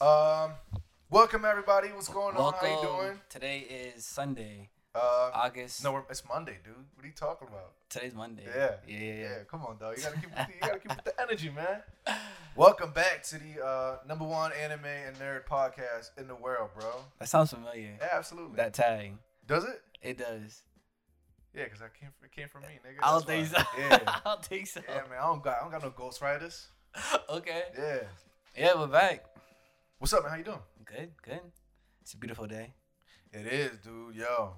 Um, Welcome everybody. What's going on? Welcome. How you doing? Today is Sunday, Uh, August. no, we're- it's Monday, dude. What are you talking about? today's Monday. Yeah. Yeah, yeah, yeah. Yeah, come on, dog. You gotta keep with the, you gotta keep with the energy, man. Welcome back to the uh, number one anime and nerd podcast in the world, bro. That sounds familiar. Yeah, absolutely. That tag. Does it? It does. Yeah, cause I came it came from me, nigga. I don't That's think so. why. Yeah. I don't think so. Yeah, man. I don't got I don't got no ghostwriters. Okay. Yeah. Yeah, we're back. What's up, man? How you doing? Good, good. It's a beautiful day. It is, dude. Yo,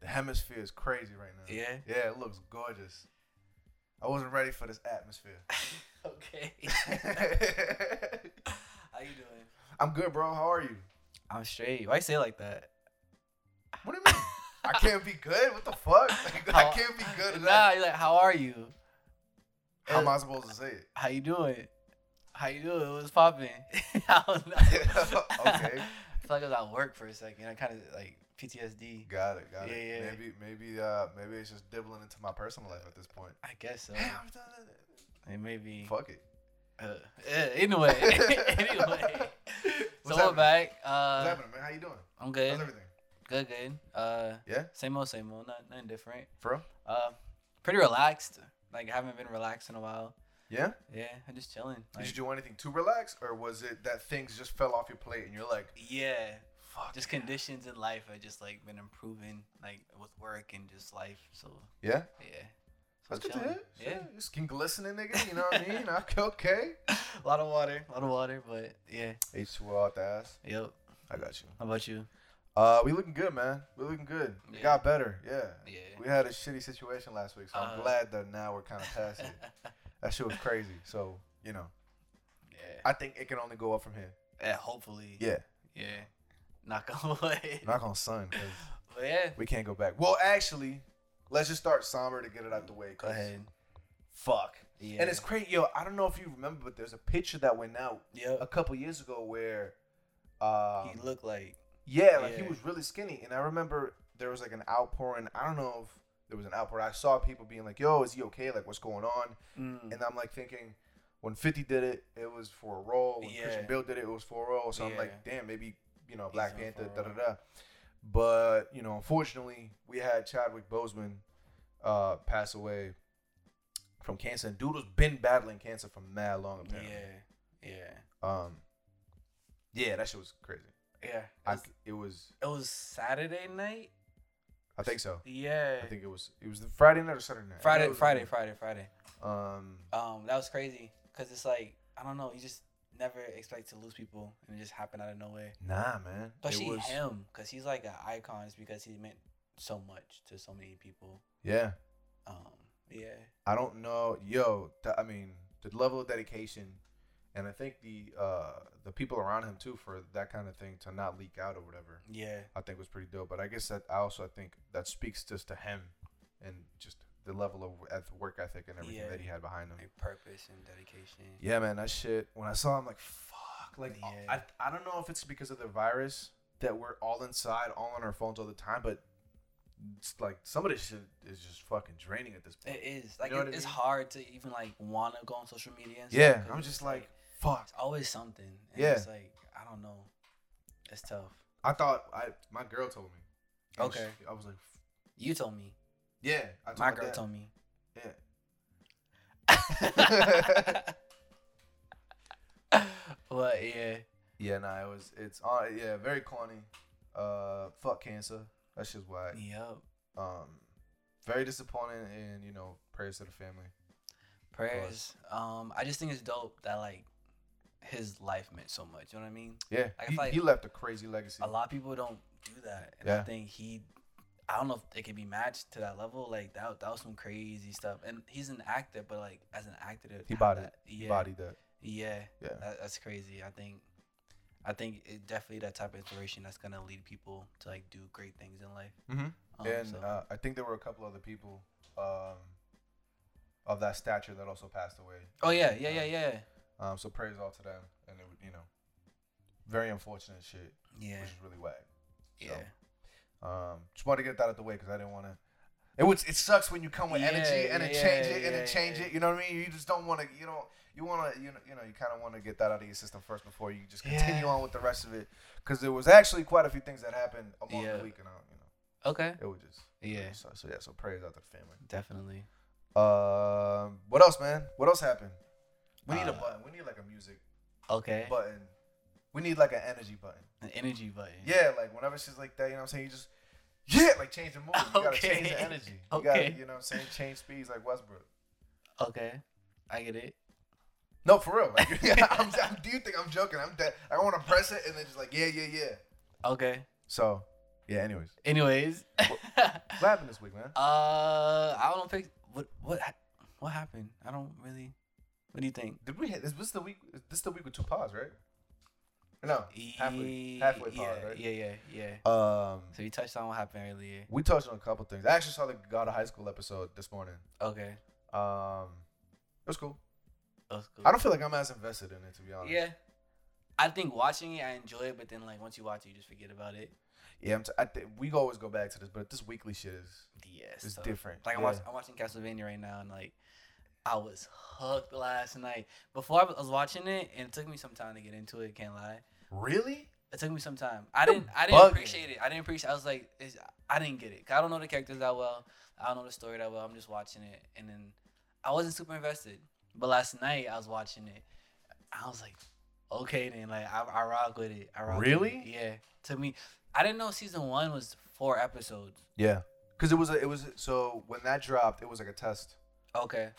the hemisphere is crazy right now. Yeah. Yeah, it looks gorgeous. I wasn't ready for this atmosphere. okay. How you doing? I'm good, bro. How are you? I'm straight. Why you say it like that? What do you mean? I can't be good. What the fuck? I can't be good. at Nah, that. you're like, how are you? How am I supposed to say it? How you doing? How you doing? What's popping? I don't know. Okay. I feel like I was at work for a second. I kind of like PTSD. Got it. Got Yeah, it. yeah. Maybe, maybe, uh, maybe it's just dibbling into my personal life at this point. I guess so. Hey, I'm done. It may be. Fuck it. Uh, eh, anyway, anyway. What's so we're happening? back. What's Uh, happening, man? How you doing? I'm How's good. everything? Good, good. Uh, Yeah? Same old, same old. Not, nothing different. Bro? Uh, pretty relaxed. Like I haven't been relaxed in a while. Yeah? Yeah, I'm just chilling. Did you Like, do anything to relax, or was it that things just fell off your plate and you're like, yeah, fuck? just conditions in life. I just like been improving, like with work and just life. So Yeah, yeah, so that's good to chilling. hear. Yeah, your skin glistening, nigga. You know what I mean? Okay, okay. Yeah, a lot of water, a lot of water, but yeah, H two O out the ass. yep. I got you. How about you? Uh, we looking good, man. We looking good. It Yeah. got better. Yeah. Yeah. We had a shitty situation last week, so I'm Uh-huh. glad that now we're kind of past it. That shit was crazy. So you know, yeah. I think it can only go up from here. yeah. Hopefully. Yeah. Yeah. Knock on wood. Knock on sun, 'cause But Oh, yeah. we can't go back. Well, actually, let's just start somber to get it out the way. 'cause Fuck. Yeah. And it's crazy, yo. I don't know if you remember, but there's a picture that went out a yep. couple years ago where, uh, he looked like yeah, like he yeah. was really skinny. And I remember there was like an outpouring. I don't know if there was an outpouring. I saw people being like, "Yo, is he okay? Like, what's going on?" mm, And I'm like thinking, when Fifty did it, it was for a role. When Christian Yeah. Bill did it, it was for a role. So I'm Yeah. like, damn, maybe you know, Black on Panther, for da a da role. da. But you know, unfortunately, we had Chadwick Boseman uh, pass away from cancer. And dude has been battling cancer for mad long, yeah. apparently. Yeah. Um, yeah, that shit was crazy. Yeah. It I, was, it was, it was Saturday night? I think so. Yeah. I think it was, it was the Friday night or Saturday night. I know it Friday, was- Friday, Friday, Friday. Um, Um, that was crazy. Cause it's like, I don't know, you just never expect to lose people and it just happened out of nowhere. nah, man. Especially it was, him, because he's like an icon, it's because he meant so much to so many people. yeah. Um, yeah. I don't know, yo. th- I mean, the level of dedication, and I think the uh the people around him too for that kind of thing to not leak out or whatever. Yeah. I think was pretty dope. But I guess that I also I think that speaks just to him, and just the level of eth- work ethic and everything Yeah. that he had behind him. Like purpose and dedication. Yeah, man, that shit. When I saw him, like, fuck. Like, Yeah. I, I don't know if it's because of the virus that we're all inside, all on our phones all the time, but it's like some of this shit is just fucking draining at this point. It is like know it- what I it's mean? hard to even like want to go on social media. And stuff yeah, 'cause I'm it's just like, fuck. it's always something. And Yeah. it's like I don't know. It's tough. I thought I my girl told me. I was- Okay. I was like, f- You told me. yeah. I told My girl dad. told me. Yeah. but yeah, Yeah, nah, it was it's uh, yeah, very corny. Uh, fuck cancer. That's just why. yup. Um, very disappointing, and you know, prayers to the family. Prayers. Um, I just think it's dope that like his life meant so much. You know what I mean? Yeah, I he, feel like he left a crazy legacy. A lot of people don't do that, and I Yeah. think he. I don't know if it can be matched to that level. Like that, that was some crazy stuff. And he's an actor, but like as an actor, to He have bought that- He Yeah, bodied that. Yeah, Yeah. that, that's crazy. I think, I think it definitely that type of inspiration that's gonna lead people to like do great things in life. Mhm. Um, and so, uh, I think there were a couple other people um, of that stature that also passed away. oh yeah, yeah, yeah, yeah, Um, so praise all to them, and it would you know, very unfortunate shit, yeah, which is really whack. yeah. so, Um, just wanted to get that out the way because I didn't want to. It would. It sucks when you come with Yeah, energy and then yeah, change it and yeah, then change yeah. it. You know what I mean? You just don't want to. You don't. you want to you know you know you kind of want to get that out of your system first before you just continue Yeah. on with the rest of it because there was actually quite a few things that happened among Yeah. the week and I, you Okay. know it was just it Yeah. was- so, so yeah so prayers out to the family. Definitely. Um, what else, man? What else happened? We need a Uh, button. We need like a music Okay. button. We need like an energy button. An energy button. Yeah, like whenever shit's like that, you know what I'm saying? You just yeah, like change the mood. You gotta change the Okay. energy. You gotta, Okay. you know what I'm saying? Change speeds like Westbrook. Okay. I get it. No, for real. Like, I'm, I'm, do you think I'm joking? I'm dead. I want to press it and then just like yeah, yeah, yeah. Okay. So, yeah. Anyways, Anyways. what happened this week, man? Uh, I don't think what what ha- what happened. I don't really. What do you think? Did we? Is this the week? Is this the week with two pods, right? No, halfway, Ye- halfway pod, yeah, right? yeah, yeah, yeah. Um, So you touched on what happened earlier. we touched on a couple things. I actually saw the God of High School episode this morning. Okay, Um, it was cool. that was cool. I don't feel like I'm as invested in it to be honest. Yeah, I think watching it, I enjoy it, but then like once you watch it, you just forget about it. Yeah, I'm t- I th- we always go back to this, but this weekly shit is Yes, is different. Like I'm, yeah. watch- I'm watching Castlevania right now, and like I was hooked last night. Before I was- I was watching it, and it took me some time to get into it. Can't lie. really? It took me some time. I You're didn't. I didn't bugging. appreciate it. I didn't appreciate. I was like, it's, I didn't get it. 'Cause I don't know the characters that well. I don't know the story that well. I'm just watching it, and then I wasn't super invested. But last night I was watching it. I was like, okay, then like I, I rock with it. I rock with it. Really? Yeah. To me, I didn't know season one was four episodes. Yeah, because it was a, it was so when that dropped, it was like a test Okay.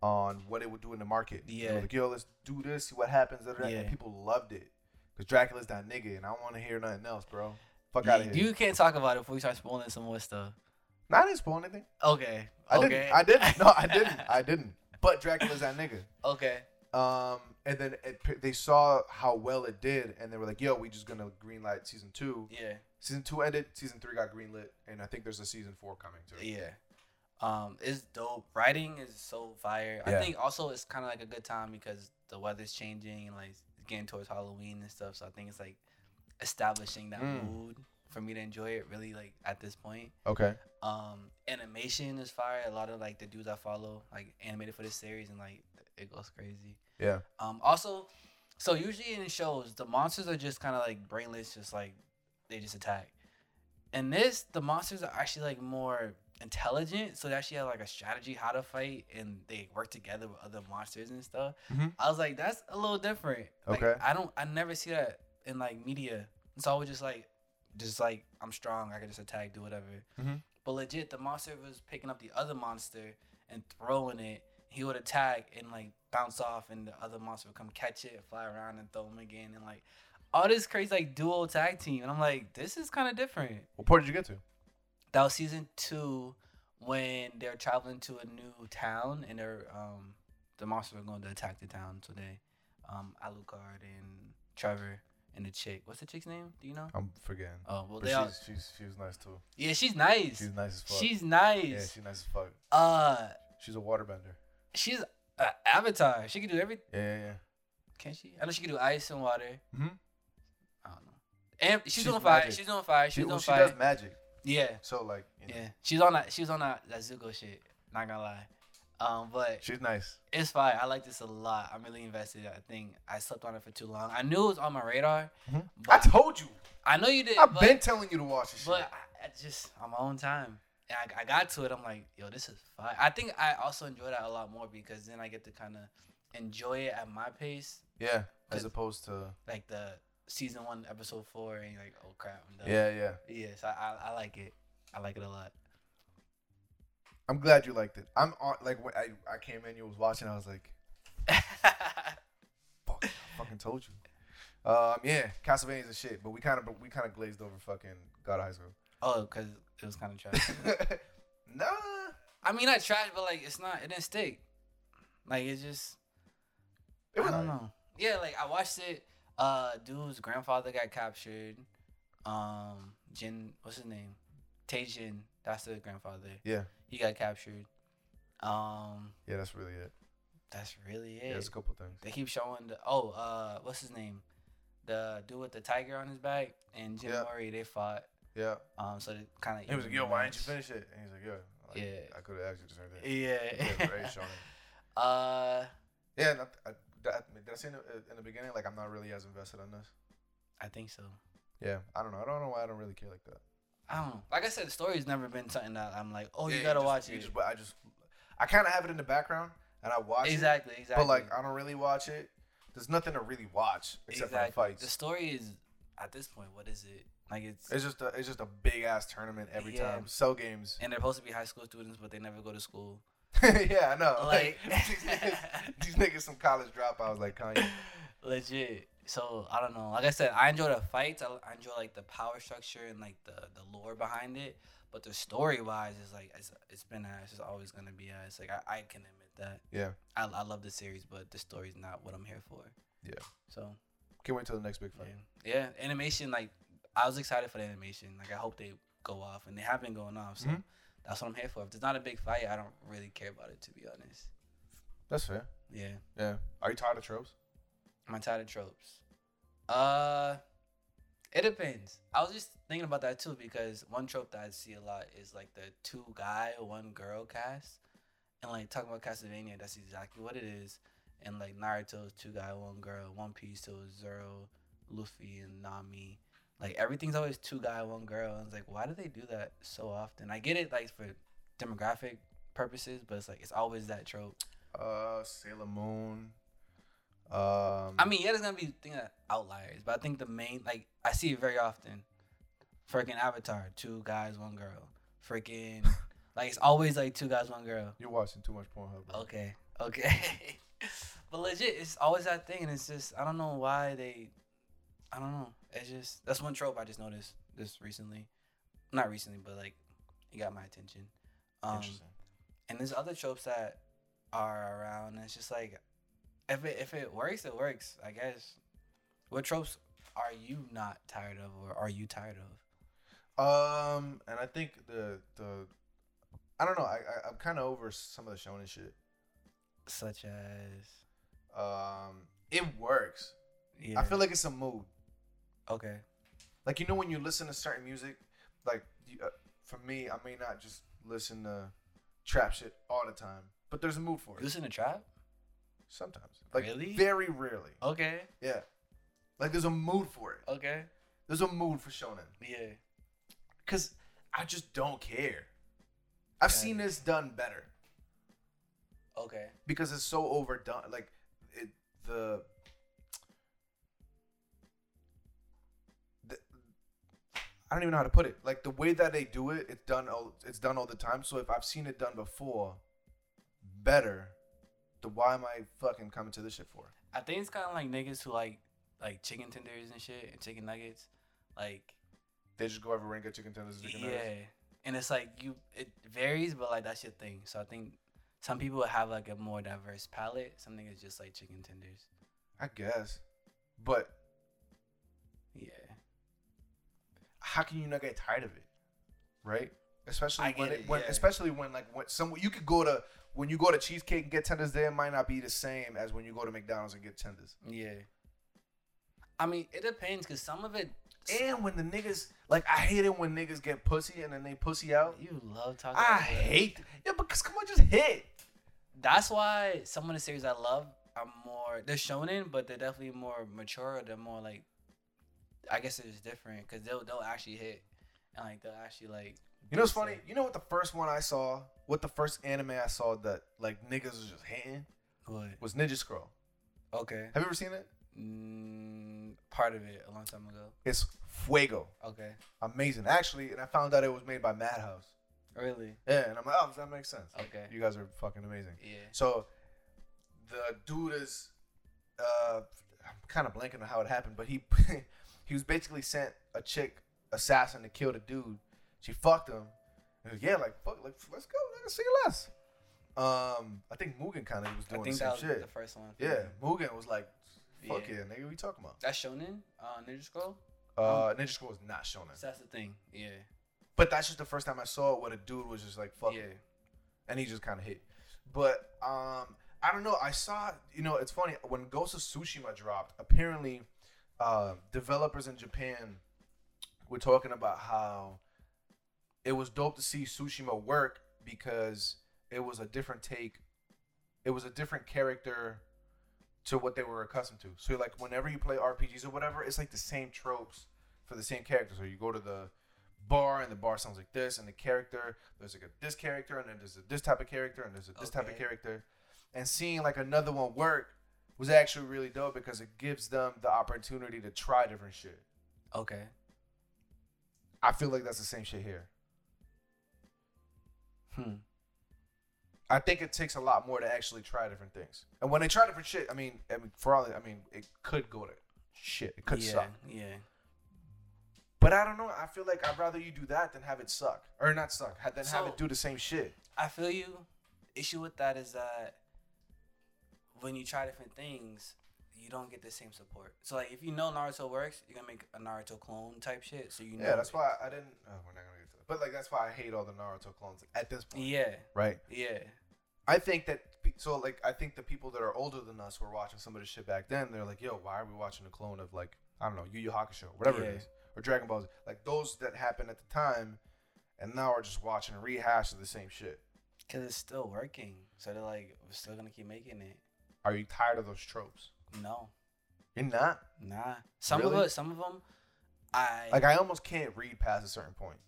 on what it would do in the market. They were Yeah. like yo, let's do this, see what happens. da, da, da, And Yeah. people loved it because Dracula's that nigga, and I want to hear nothing else, bro. Fuck out of here. You can't talk about it before you start spoiling some more stuff. No, I didn't spoil anything. Okay. I okay. didn't. I didn't. No, I didn't. I didn't. But Dracula's that nigga. okay. Um, and then it, p- they saw how well it did, and they were like, "Yo, we just gonna greenlight season two. Yeah. Season two ended. Season three got greenlit, and I think there's a season four coming too. Yeah. Um, it's dope. Writing is so fire. Yeah. I think also it's kind of like a good time because the weather's changing and like it's getting towards Halloween and stuff. So I think it's like establishing that Mm. mood for me to enjoy it really like at this point. Okay. Um, animation is fire. A lot of like the dudes I follow like animated for this series and like it goes crazy. Yeah. Um, also, so usually in shows, the monsters are just kind of like brainless, just like they just attack. In this, the monsters are actually like more intelligent, so they actually have like a strategy how to fight, and they work together with other monsters and stuff. Mhm. I was like, that's a little different. Like, Okay. I don't, I never see that in like media. It's always just like, just like I'm strong, I can just attack, do whatever. Mhm. But legit, the monster was picking up the other monster and throwing it he would attack and like bounce off, and the other monster would come catch it, fly around, and throw him again, and like all this crazy like duo tag team. And I'm like, this is kind of different. What part did you get to? That was season two when they're traveling to a new town, and they're um the monsters are going to attack the town today. Um, Alucard and Trevor and the chick. What's the chick's name? Do you know? I'm forgetting. Oh well, but they all, she's, she's she's nice too. yeah, she's nice. She's She's, nice as fuck. nice. yeah, she's nice as fuck. uh, She's a waterbender. she's an avatar. She can do everything. Yeah, yeah, yeah. Can she? I know she can do ice and water. Mhm. I don't know. And she's, She's on fire. magic. She's on fire. She's She, well, on she fire. does magic. yeah, So like, you know, yeah. She's on that. She's on that, that Zuko shit. Not gonna lie. Um, but she's nice. it's fire. I like this a lot. I'm really invested. I think I slept on it for too long. I knew it was on my radar. Mhm. I But told you. I know you did. I've but, been telling you to watch this shit. But I, I just on my own time. And I, I got to it. I'm like, yo, this is fire. I think I also enjoy that a lot more because then I get to kind of enjoy it at my pace Yeah. As Cause- opposed to like the season one episode four and you're like oh crap I'm done. yeah, yeah. yes I, I I like it I like it a lot I'm glad you liked it. I'm on like when I, I came in, you was watching. I was like, fuck, I fucking told you. Um, yeah, Castlevania's a shit, but we kind of we kind of glazed over fucking God of High School. oh because it was kind of trash nah, I mean not trash but like it's not it didn't stick like it's just it was I don't alright. know yeah like I watched it uh dude's grandfather got captured um Jin what's his name Taejin that's the grandfather Yeah, he got captured um yeah, that's really it. that's really it Yeah, it's a couple things. They keep showing the oh, uh, what's his name? The dude with the tiger on his back and Jim Yeah. Murray, they fought. Yeah, Um, so they kind of. he was like, yo, why didn't you finish it? And he's like, yeah, like, Yeah. I could have asked you to turn that. Yeah. Yeah, right, Sean. uh, Yeah, and I, I, did I say in the, in the beginning like I'm not really as invested on this? I think so. Yeah, I don't know. I don't know why I don't really care like that. I don't know. Like I said, the story's never been something that I'm like, oh, Yeah, you gotta just- watch you it. just- but I just, I kind of have it in the background and I watch it. exactly, exactly. But like, I don't really watch it. There's nothing to really watch except exactly. for the fights. The story is at this point, what is it? Like it's it's just a, it's just a big ass tournament every Yeah. time. Cell games. and they're supposed to be high school students, but they never go to school. yeah, I know. Like, Like- these, niggas, these niggas some college dropouts like Kanye. Legit. So I don't know. Like I said, I enjoy the fights. I, I enjoy like the power structure and like the the lore behind it. But the story wise is like it's, it's been ass. It's always gonna be ass. Like I, I can admit that. Yeah. I, I love the series, but the story's not what I'm here for. Yeah. So Can't wait till the next big yeah. fight. yeah, animation. Like I was excited for the animation. Like I hope they go off, and they have been going off. So Mhm. that's what I'm here for. If there's not a big fight, I don't really care about it to be honest. That's fair. Yeah. Yeah. Are you tired of tropes? Am I tired of tropes? Uh, it depends. I was just thinking about that too because one trope that I see a lot is like the two guy, one girl cast, and like talking about Castlevania, that's exactly what it is. And like Naruto's two guy, one girl, One Piece so it's Zoro, Luffy, and Nami. Like everything's always two guy, one girl. And it's like, why do they do that so often? I get it, like for demographic purposes, but it's like it's always that trope. Uh, Sailor Moon. Um, I mean, yeah, there's gonna be thing that outliers, but I think the main like I see it very often. Freaking Avatar, two guys, one girl. Freaking like it's always like two guys, one girl. you're watching too much Pornhub. Bro. Okay, okay. but legit, it's always that thing, and it's just I don't know why they. I don't know. It's just that's one trope I just noticed this recently, not recently, but like it got my attention. Um, Interesting. and there's other tropes that are around. And it's just like, if it if it works, it works. I guess. What tropes are you not tired of, or are you tired of? Um, and I think the the, I don't know. I, I I'm kind of over some of the shonen shit. Such as, Um, it works. yeah. I feel like it's a mood. okay. Like you know when you listen to certain music, like you, uh, for me, I may not just listen to trap shit all the time, but there's a mood for You it listen to trap? sometimes. Like Really? very rarely. Okay. Yeah. Like there's a mood for it. Okay. There's a mood for shonen. Yeah. Cause I just don't care. I've Got seen it. this done better. Okay. because it's so overdone. Like it, the, the I don't even know how to put it. Like the way that they do it, it's done. All, it's done all the time. So if I've seen it done before, better. Then why am I fucking coming to this shit for? I think it's kind of like niggas who like like chicken tenders and shit and chicken nuggets, like They just go everywhere and get chicken tenders. and chicken yeah. nuggets. And it's like you, it varies, but like that's your thing. So I think some people have like a more diverse palette. Some niggas just like chicken tenders. I guess. But Yeah. how can you not get tired of it, right? Especially I when, get it, it, when yeah. especially when like when some you could go to when you go to cheesecake and get tenders there it might not be the same as when you go to McDonald's and get tenders. Yeah. I mean, it depends because some of it. And when the niggas like I hate it when niggas get pussy and then they pussy out. You love talking. Oh. I about it. hate yeah because come on just hit. That's why some of the series I love are more they're shonen, but they're definitely more mature. They're more like, I guess it's different because they'll they'll actually hit and like they'll actually like. You know what's do funny? stuff. You know what the first one I saw, what the first anime I saw that like niggas was just hitting What? was Ninja Scroll. Okay. Have you ever seen it? Mm, part of it a long time ago. It's Fuego. Okay. Amazing. Actually, and I found out it was made by Madhouse. Really? Yeah, and I'm like, oh, that makes sense. Okay. You guys are fucking amazing. Yeah. So the dude is uh I'm kind of blanking on how it happened, but he he was basically sent a chick assassin to kill the dude. She fucked him. He was, yeah, like fuck, like let's go, nigga, see less. Um, I think Mugen kind of was I doing the think same that was shit. the first one. yeah, Mugen was like, fuck yeah, Yeah. nigga, we talking about? That's shonen. Uh, Ninja Scroll. Uh, Ninja Scroll was not shown it, So that's the thing. Yeah. but that's just the first time I saw it where the dude was just like, fuck yeah. it. and he just kind of hit. But um, I don't know. I saw you know it's funny when Ghost of Tsushima dropped. Apparently, uh, developers in Japan were talking about how it was dope to see Tsushima work because it was a different take. It was a different character to what they were accustomed to. So like whenever you play RPGs or whatever, it's like the same tropes for the same characters. Or you go to the bar and the bar sounds like this, and the character there's like a this character and then there's a this type of character and there's a this type of Okay. character, and seeing like another one work was actually really dope because it gives them the opportunity to try different shit. Okay. I feel like that's the same shit here. Hmm. I think it takes a lot more to actually try different things. And when they try different shit, I mean, I mean for all I mean, it could go to shit. It could yeah. suck. Yeah. But I don't know. I feel like I'd rather you do that than have it suck or not suck. ha- Than have So- it do the same shit. I feel you. Issue with that is that when you try different things, you don't get the same support. So like, if you know Naruto works, you're gonna make a Naruto clone type shit. So you know. Yeah, that's it. why I didn't. Oh, we're not gonna get to that. But like, that's why I hate all the Naruto clones at this point. Yeah. Right. Yeah. I think that pe- so like I think the people that are older than us were watching some of this shit back then. They're like, yo, why are we watching a clone of like I don't know Yu Yu Hakusho, whatever it Yeah. is, or Dragon Ball Z? Like those that happened at the time, and now are just watching rehash of the same shit. Cause it's still working. So they're like, we're still gonna keep making it. Are you tired of those tropes? No. You're not. Nah. Some of Really? it. Some of them. I Like I almost can't read past a certain point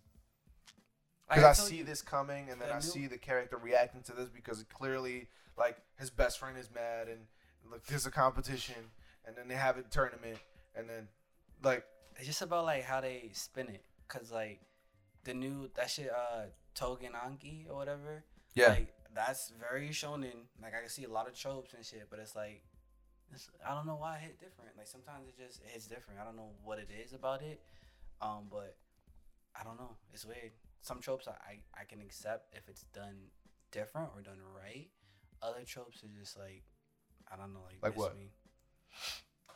like because I, told see you- this coming, and then I I knew- see the character reacting to this because clearly, like his best friend is mad, and like there's a competition, and then they have a tournament, and then like It's just about like how they spin it, cause like the new that shit, uh, Togenanki or whatever. Like that's very shonen. Like I can see a lot of tropes and shit, but it's like it's, I don't know why it hit different. Like sometimes it just it hits different. I don't know what it is about it. Um, but I don't know. It's weird. Some tropes I, I, I can accept if it's done different or done right. Other tropes are just like I don't know, like, Like miss what? Me.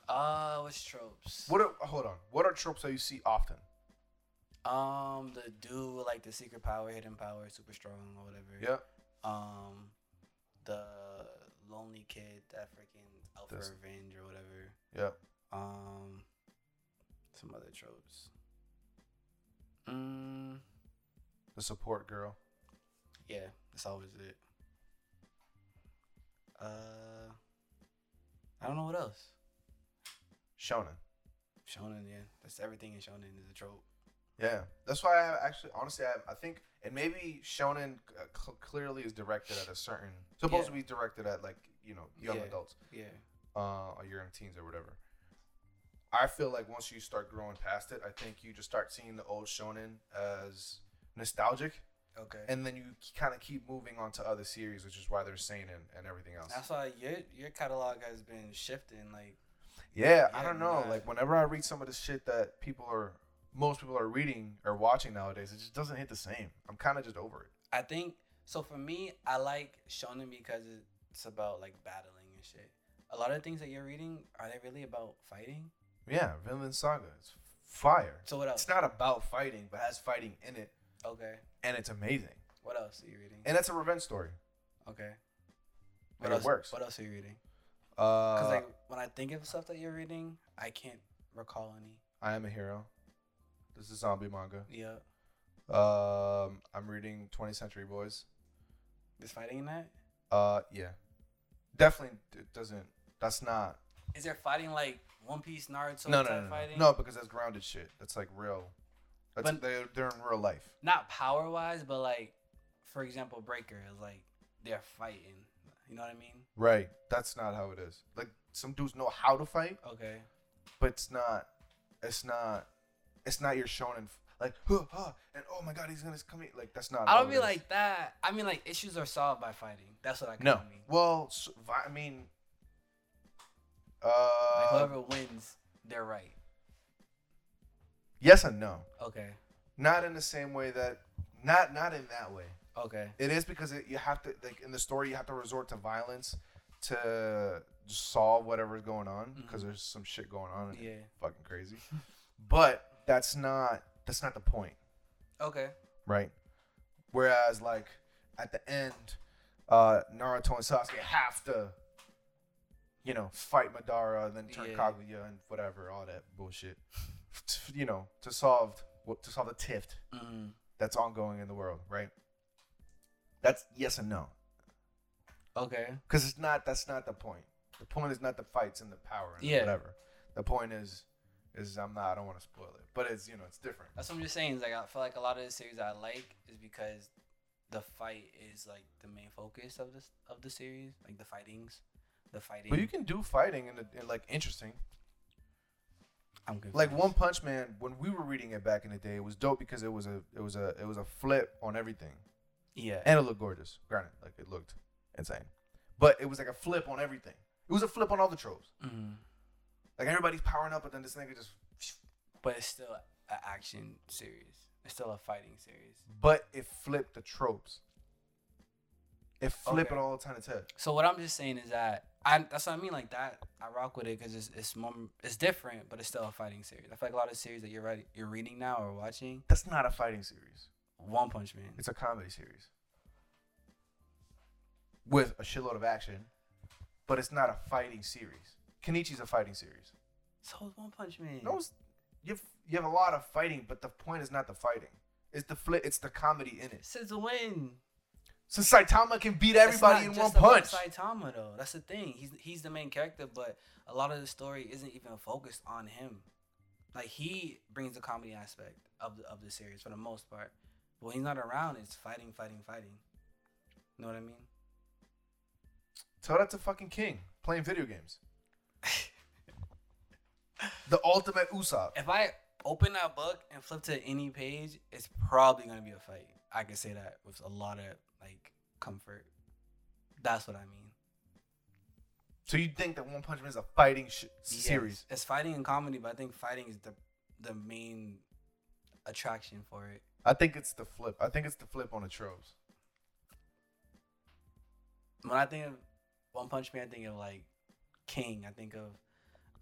Uh what's tropes? What are, hold on. What are tropes that you see often? Um, the dude with like the secret power, hidden power, super strong or whatever. Yeah. Um, the lonely kid that freaking out for That's- revenge or whatever. Yeah. Um, some other tropes. Mm, The support girl. yeah, that's always it. Uh, I don't know what else. Shonen. Shonen, yeah, that's everything in Shonen is a trope. Yeah. That's why I actually, honestly, I, I think, and maybe Shonen uh, cl- clearly is directed at a certain, supposed to be directed at like, you know, young Yeah. adults Yeah, uh, or young teens or whatever. I feel like once you start growing past it, I think you just start seeing the old Shonen as nostalgic. okay. And then you kind of keep moving on to other series, which is why they're Seinen and everything else. that's why your your catalog has been shifting, like. Yeah, I Yeah, don't know. nah. Like whenever I read some of the shit that people are, most people are reading or watching nowadays, it just doesn't hit the same. I'm kind of just over it. I think so. For me, I like shonen because it's about like battling and shit. A lot of the things that you're reading are they really about fighting? Yeah, Vinland Saga, it's fire. So what else? It's not about fighting, but has fighting in it, okay. and it's amazing. What else are you reading? And that's a revenge story. Okay. And What it else? works. What else are you reading? Uh, Because like when I think of stuff that you're reading, I can't recall any. I am a hero. This is zombie manga. Yeah. Um, I'm reading 20th Century Boys. Is fighting in that? Uh, yeah, definitely it doesn't. That's not. Is there fighting like One Piece, Naruto no, no, type no, no, fighting? no, because that's grounded shit. That's like real. That's But- they're, they're in real life. Not power wise, but like, for example, Breaker is like they're fighting. You know what I mean? Right. That's not how it is. Like some dudes know how to fight, Okay. but it's not. It's not. It's not your shonen. f- Like huh, huh, and oh my god, he's gonna come in. Like that's not. I how don't it mean is. like that. I mean like issues are solved by fighting. That's what I kind no. of mean. Well, s vi I mean, Like uh, whoever wins, they're right. yes and no. Okay. Not in the same way that. Not not in that way. Okay. It is because it, you have to like in the story you have to resort to violence to solve whatever's going on because Mhm. there's some shit going on. And Yeah. fucking crazy. But that's not that's not the point, Okay. right? Whereas like at the end, uh Naruto and Sasuke have to, you know, fight Madara and then turn Yeah. Kaguya and whatever, all that bullshit. you know, to solve what to solve the tift Mm-hmm. that's ongoing in the world, right? That's yes and no. Okay. Because it's not that's not the point. The point is not the fights and the power and Yeah. whatever. The point is, is I'm not. I don't want to spoil it, but it's you know it's different. That's what I'm just saying. Is like I feel like a lot of the series I like is because the fight is like the main focus of this of the series, like the fightings, the fighting. But you can do fighting and, and like interesting. I'm confused. Like One Punch Man, when we were reading it back in the day, it was dope because it was a it was a it was a flip on everything, Yeah. and it looked gorgeous. Granted, like it looked insane, but it was like a flip on everything. It was a flip on all the tropes. Mhm. Like everybody's powering up, but then this nigga just. But it's still an action series. It's still a fighting series. But it flipped the tropes. It flipped Okay. it all the time. It's head. So what I'm just saying is that I that's what I mean. Like that, I rock with it because it's it's more it's different, but it's still a fighting series. I feel like a lot of series that you're writing, you're reading now or watching, That's not a fighting series. One Punch Man. It's a comedy series with a shitload of action, but it's not a fighting series. Kenichi's a fighting series. So is One Punch Man. No, it's- you've you have a lot of fighting, but the point is not the fighting. It's the flip. It's the comedy in it. Since when? So Saitama can beat It's everybody in not one just about punch. Saitama though, that's the thing. He's he's the main character, but a lot of the story isn't even focused on him. Like he brings the comedy aspect of the of the series for the most part. But when he's not around, it's fighting, fighting, fighting. You know what I mean? Tell that to fucking King playing video games. the ultimate Usopp. If I open that book and flip to any page, it's probably gonna be a fight. I can say that with a lot of like comfort. That's what I mean. So you think that One Punch Man is a fighting sh- Yes. series? It's fighting and comedy, but I think fighting is the the main attraction for it. I think it's the flip. I think it's the flip on the tropes. when I think of One Punch Man, I think of like King. I think of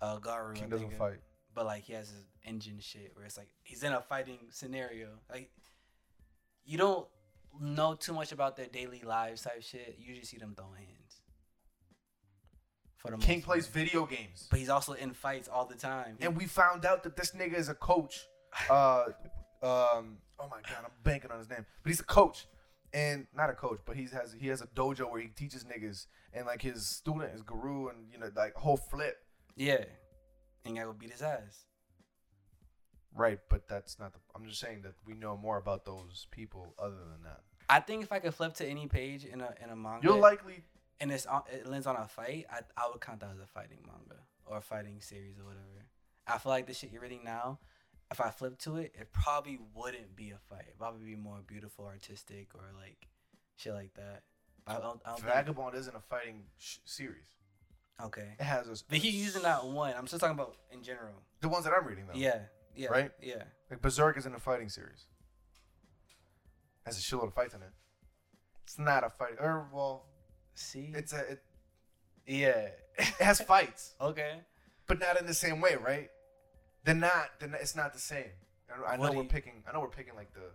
uh, Garu. I King doesn't think of- fight. but like he has his engine shit where it's like he's in a fighting scenario. Like you don't know too much about their daily lives type shit. You just see them throwing hands. For the King most plays part. video games. but he's also in fights all the time. and we found out that this nigga is a coach. Uh, um, oh my god, I'm banking on his name, but he's a coach, and not a coach, but he has he has a dojo where he teaches niggas, and like his student is guru, and you know like whole flip. yeah, and I go beat his ass. Right, but that's not the. I'm just saying that we know more about those people other than that. I think if I could flip to any page in a in a manga, You'll likely and it's on, it lands on a fight, I, I would count that as a fighting manga or a fighting series or whatever. I feel like the shit you're reading now, if I flip to it, it probably wouldn't be a fight. It probably be more beautiful, artistic, or like shit like that. But I don't, I don't think, Vagabond isn't a fighting sh- series. okay. It has us. But he's using that one. I'm just talking about in general. The ones that I'm reading though. Yeah. Yeah. Right? Yeah. Like Berserk isn't a fighting series. Has a shitload of fights in it. It's not a fight. Or well, See? it's a it, yeah. it has fights, okay. but not in the same way, right? They're not. They're not it's not the same. I- I know What do we're you- picking. I know we're picking like the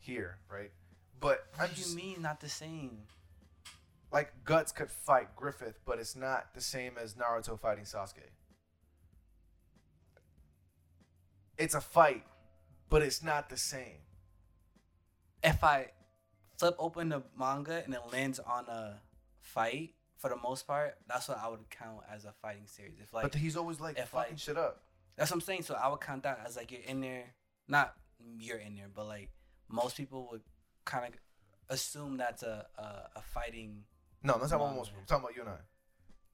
here, right? But I'm What do just you mean not the same? like Guts could fight Griffith, but it's not the same as Naruto fighting Sasuke. It's a fight, but it's not the same. if I flip open the manga and it lands on a fight, for the most part, that's what I would count as a fighting series. If like but he's always like if, fucking like- shit up. that's what I'm saying. So I would count that as like you're in there, not you're in there, but like most people would kind of assume that's a a, a fighting. No, that's not what I'm Manga. almost- I'm talking about. You and I.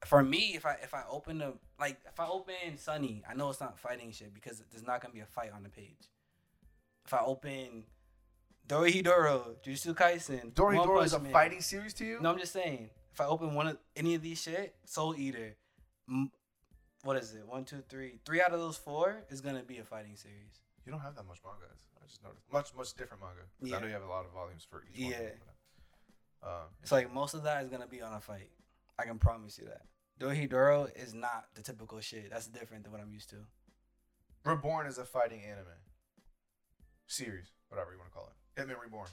For me, if I if I open the like if I open Sunny, I know it's not fighting shit because there's not gonna be a fight on the page. If I open Dorohedoro, Jujutsu Kaisen, Dory One Dory is a Punch Man- fighting series to you. No, I'm just saying. If I open one of any of these shit, Soul Eater, m- what is it? One, two, three. Three out of those four is gonna be a fighting series. you don't have that much manga. I just noticed much much different manga. 'Cause Yeah. I know you have a lot of volumes for each. one. Yeah. but, um, It's like most of that is gonna be on a fight. I can promise you that. Dohidoro is not the typical shit. That's different than what I'm used to. Reborn is a fighting anime series, whatever you want to call it. Hitman Reborn.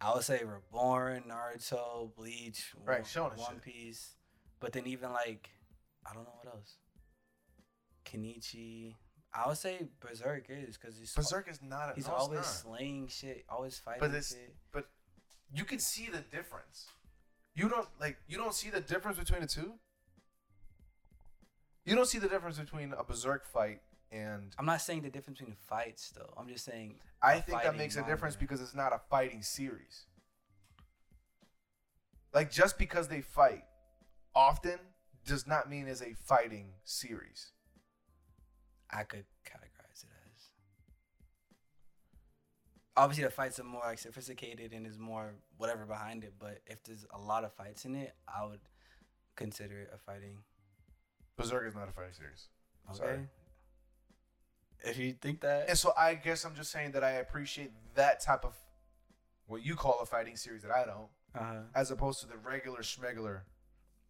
I would say Reborn, Naruto, Bleach, Right, One, shonen One shit. Piece. But then even like, I don't know what else. Kenichi. I would say Berserk is because he's Berserk is not. A, He's no, it's always not. slaying shit, always fighting but it's shit. but you can see the difference. You don't like you don't see the difference between the two. You don't see the difference between a berserk fight and I'm not saying the difference between fights though. I'm just saying I think that fighting makes a manga. difference because it's not a fighting series. Like just because they fight often does not mean it's a fighting series. I could categorize it as. Obviously, the fights are more like sophisticated and there's more whatever behind it. But if there's a lot of fights in it, I would consider it a fighting. Berserk is not a fighting series. Okay. Sorry. If you think that, And so I guess I'm just saying that I appreciate that type of what you call a fighting series that I don't, uh, as opposed to the regular schmegler.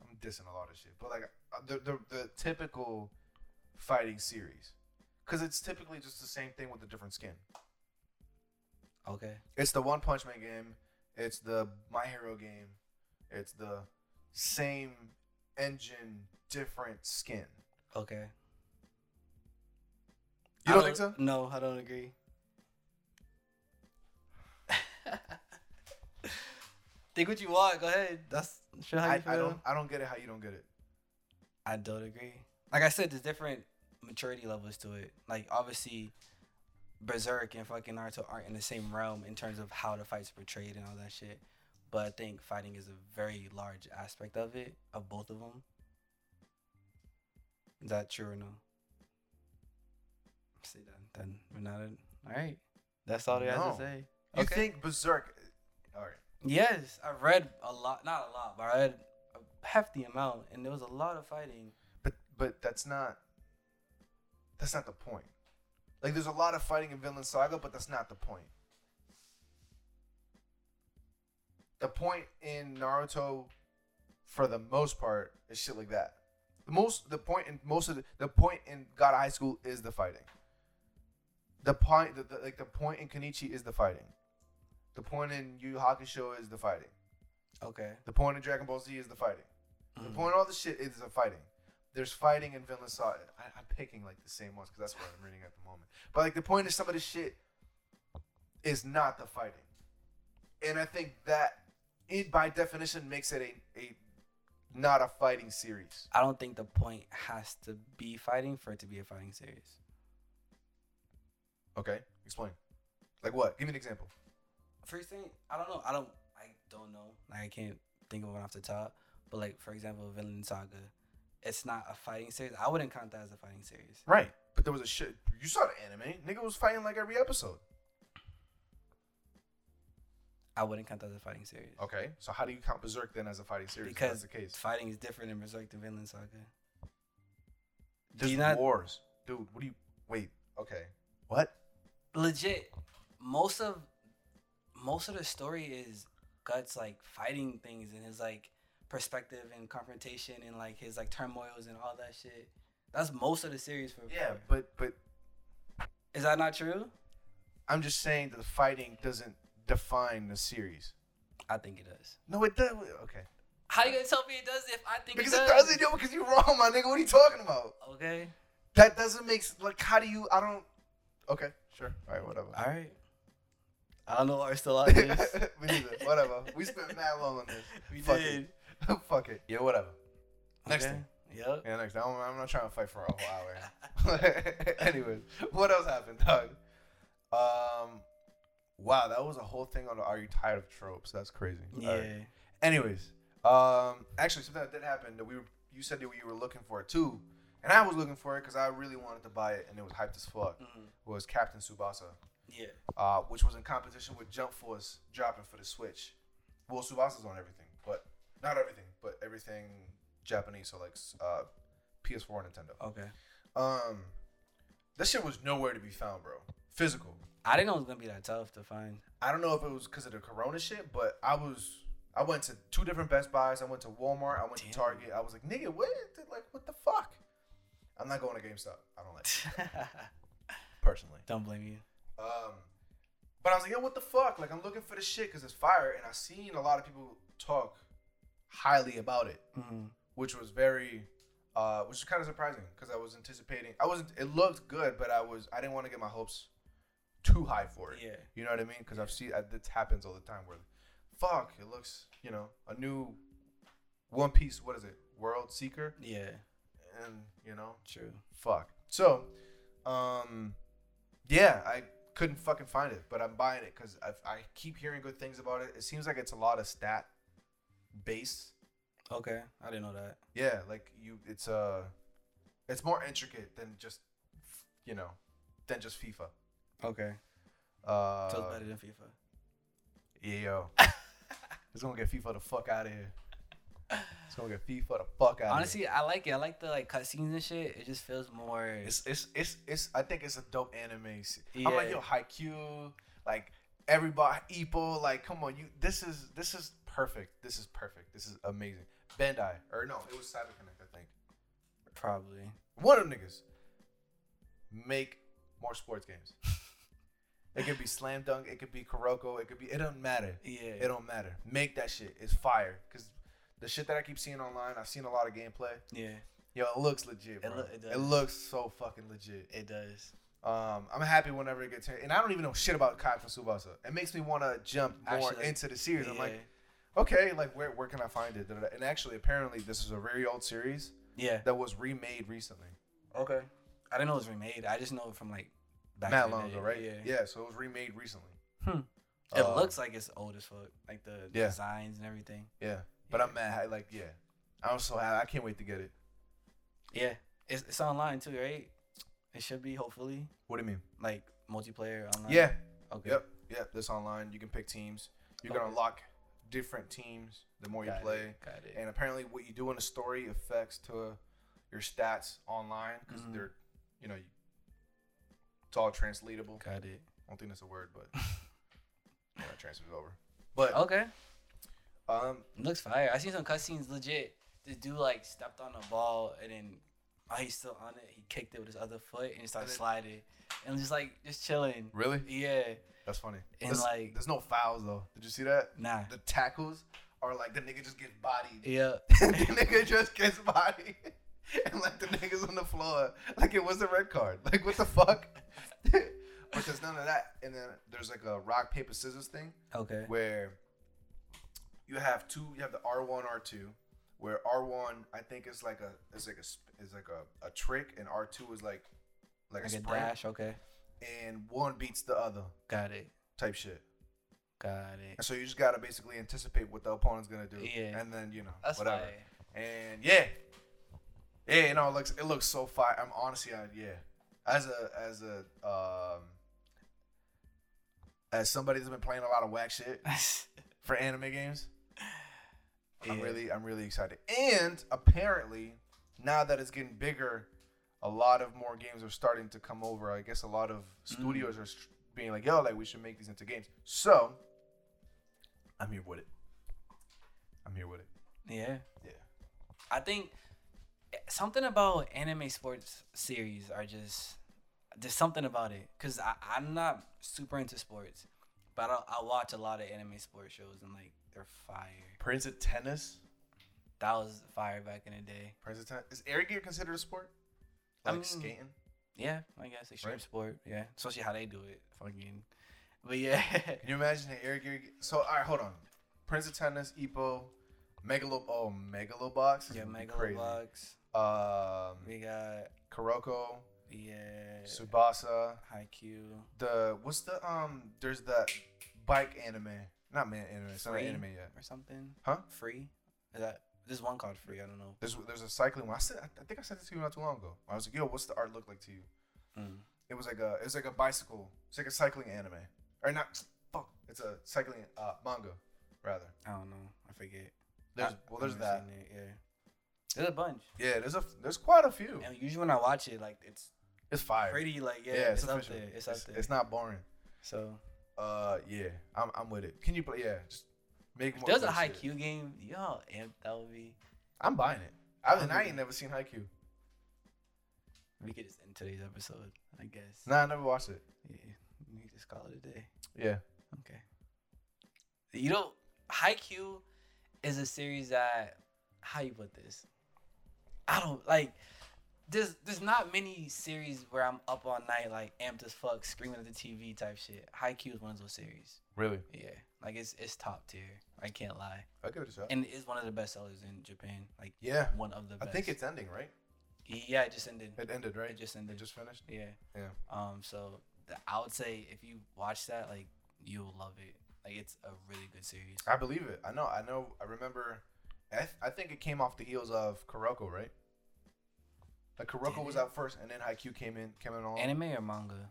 I'm dissing a lot of shit, but like uh, the the, the typical fighting series, because it's typically just the same thing with a different skin. okay, It's the One Punch Man game. It's the My Hero game. It's the same engine, different skin. okay. You I don't think so? No, I don't agree. think what you want. Go ahead. That's sure how you I, feel. I don't. I don't get it. How you don't get it? I don't agree. Like I said, there's different maturity levels to it. Like obviously, Berserk and fucking Naruto aren't in the same realm in terms of how the fights are portrayed and all that shit. But I think fighting is a very large aspect of it, of both of them. Is that true or no? See that then we're not in. All right, that's all they have No. to say. You think Berserk? All right. Yes, I read a lot. Not a lot, but I read a hefty amount, and there was a lot of fighting. But but that's not that's not the point. Like there's a lot of fighting in Vinland Saga, but that's not the point. The point in Naruto, for the most part, is shit like that. The most the point in most of the, the point in God of High School is the fighting. The point the, the, like the point in Kenichi is the fighting. The point in Yu Yu Hakusho is the fighting. Okay. The point in Dragon Ball Z is the fighting. The Mhm. point of all this shit is the fighting. There's fighting in Vinland Saga. I, I'm picking like the same ones because that's what I'm reading at the moment. But like the point of some of this shit is not the fighting, and I think that it by definition makes it a a not a fighting series. I don't think the point has to be fighting for it to be a fighting series. Okay, explain. Like what? Give me an example. First thing, I don't know. I don't. I don't know. Like I can't think of one off the top. But like for example, Villain Saga, it's not a fighting series. I wouldn't count that as a fighting series. Right. But there was a shit. You saw the anime. Nigga was fighting like every episode. I wouldn't count that as a fighting series Okay. So how do you count Berserk then as a fighting series? if because that's the case. fighting is different in Berserk than Villain Saga. Do There's you not wars, dude. What do you? Wait. Okay. What? legit? Most of most of the story is guts like fighting things and his like perspective and confrontation and like his like turmoils and all that shit. That's most of the series for Yeah, for- but but Is that not true? I'm just saying that the fighting doesn't define the series. I think it does. No, it does. Okay. How you gonna tell me it does if I think Because it it does? doesn't, yo. Because you're wrong, my nigga. What are you talking about? Okay. That doesn't make s- like. How do you? I don't. Okay, sure. All right, whatever. All right. I don't know why we're still out Me here. neither. Whatever. We spent mad long on this. we Fuck did. It. Fuck it. Yeah, whatever. Next Okay. thing. Yep. Yeah, next. I'm, I'm not trying to fight for a whole hour. Anyways, what else happened, dog? Um, wow, that was a whole thing on the "Are you tired of tropes?" That's crazy. All Yeah. right. Anyways, um, actually, something that did happen that we were, you said that you were looking for it too, and I was looking for it because I really wanted to buy it and it was hyped as fuck. Mhm. Was Captain Subasa, Yeah. uh, which was in competition with Jump Force dropping for the Switch. Well, Subasa's on everything, but not everything, but everything Japanese, so like uh, PS4 and Nintendo. Okay. Um, that shit was nowhere to be found, bro. Physical. I didn't know it was gonna be that tough to find. I don't know if it was because of the Corona shit, but I was I went to two different Best Buys. I went to Walmart. I went Damn. to Target. I was like, nigga, what? is it? Like, what the fuck? I'm not going to GameStop. I don't like it, personally. don't blame you. Um, but I was like, yo, what the fuck? Like, I'm looking for this shit because it's fire, and I seen a lot of people talk highly about it, Mhm. which was very, uh, which is kind of surprising because I was anticipating. I wasn't. It looked good, but I was. I didn't want to get my hopes too high for it. Yeah. You know what I mean? Because I've seen I, this happens all the time. Where, fuck, it looks, you know, a new One Piece. What is it? World Seeker. Yeah. and you know, True. fuck. So, um, yeah, I couldn't fucking find it, but I'm buying it because I, I keep hearing good things about it. It seems like it's a lot of stat based. Okay, I didn't know that. Yeah, like you, it's uh, it's more intricate than just, you know, than just FIFA. Okay, Uh, so it's better than FIFA. yeah, yo, it's gonna get FIFA the fuck out of here. It's gonna get FIFA the fuck out. of here. Honestly, I like it. I like the like cutscenes and shit. It just feels more. It's it's it's it's. I think it's a dope anime. se- I'm like Yeah. yo, Haikyuu, like everybody, Ippo, like come on, you. This is this is perfect. This is perfect. This is amazing. Bandai or no, it was CyberConnect, I think. probably. One of them niggas make more sports games. it could be Slam Dunk. It could be Kuroko. It could be. It don't matter. Yeah. It don't matter. Make that shit. It's fire. Cause the shit that I keep seeing online, I've seen a lot of gameplay. yeah. Yo, it looks legit, It bro. loo- it does. it looks so fucking legit. It does. Um, I'm happy whenever it gets here, and I don't even know shit about Kai from Subasa. It makes me want to jump more Actually, like, into the series. I'm like, Yeah. okay, like where where can I find it? Da-da-da. And actually, apparently, this is a very old series yeah. that was remade recently, Okay. I didn't know it was remade. I just know it from like back not in the long day. ago, right? Yeah. so it was remade recently. Hmm. It Uh, looks like it's old as fuck, like the Yeah. designs and everything. yeah, but I'm mad. I- Like, yeah, I'm so happy. I can't wait to get it. Yeah, it's it's online too, right? It should be hopefully What do you mean? like multiplayer online. Yeah, Okay. yep, yep. This online, you can pick teams. You can Okay. unlock different teams the more you Got it, play. Got it. and apparently what you do in a story affects to your stats online because Mhm. they're you know you, it's all translatable i Got it. don't think that's a word but yeah, that transfers over but Okay. um Looks fire. I seen some cutscenes legit. This dude like stepped on the ball and then oh, he's still on it. He kicked it with his other foot and it started And then- sliding. And just like just chilling. really Yeah. that's funny And, There's- like- there's no fouls though did you see that Nah. the tackles are like the nigga just gets bodied Yeah. the nigga just gets bodied and like the niggas on the floor like it was a red card like what the fuck but there's none of that and then there's like a rock paper scissors thing Okay. where you have two you have the r1 r2 where r1 i think is like a is like a sp- is like a, a trick and r2 is like like, Like a a sprint dash. Okay. and one beats the other Got it. type shit Got it. and so you just gotta basically anticipate what the opponent's gonna do Yeah. and then you know That's whatever fire. and yeah yeah you know it looks it looks so fire i'm honestly I, yeah as a as a um as somebody that's been playing a lot of whack shit for anime games I'm Yeah. really I'm really excited. And apparently, now that it's getting bigger, a lot of more games are starting to come over. I guess a lot of studios are str- being like, "Yo, like we should make these into games." So, I'm here with it. I'm here with it. Yeah. Yeah. I think something about anime sports series are just there's something about it because I'm not super into sports, but I, I watch a lot of anime sports shows and like they're fire. Prince of Tennis. That was fire back in the day. Prince of Tennis. Is air gear considered a sport? I Like mean- skating. Yeah, I guess extreme Right. sport. Yeah, especially how they do it. Fucking, but yeah, Can you imagine the air gear? So, all right, hold on. Prince of Tennis, Ipo, Megalob. Oh, Megalobox. is yeah, gonna be Megalobox. Um, We got Kuroko, yeah, Subasa. Haikyuu. the what's the um there's that bike anime not man anime it's not Free? an anime yet or something. Huh? Free? Is that there's one called free? I don't know. there's there's a cycling one i said i think i said this to you not too long ago i was like yo what's the art look like to you Mm. it was like a it was like a bicycle it's like a cycling anime or not fuck it's a cycling uh manga rather I don't know. I forget. there's I- well I've there's never that seen it, yeah. There's a bunch. yeah there's a there's quite a few And usually when I watch it, like it's it's fire pretty, like yeah, it's, up official. there. It's, up there. it's not boring so uh yeah i'm, I'm with it can you play yeah just make if more there's a good high shit. Q game, y'all amped that would be. i'm buying it i, I'm and I with ain't it. never seen haiku We could just end today's episode, I guess. nah i never watched it Yeah, we could just call it a day. yeah Okay. You know, High Q is a series that how you put this? I don't like. There's there's not many series where I'm up all night like amped as fuck screaming at the TV type shit. High Q is one of those series. really Yeah, like it's it's top tier. I can't lie, I'll give it a shot. and it is one of the best sellers in Japan. Like yeah. one of the I best. think it's ending, right? Yeah, it just ended. It ended, right? It just ended. It just finished. yeah. Yeah. Um. So th- I would say if you watch that, like you'll love it. Like it's a really good series. I believe it. I know. I know. I remember. I, th- I think it came off the heels of Kuroko, right? Like Kuroko Did was it? out first, and then Haikyuu came in, came in along. Anime or manga?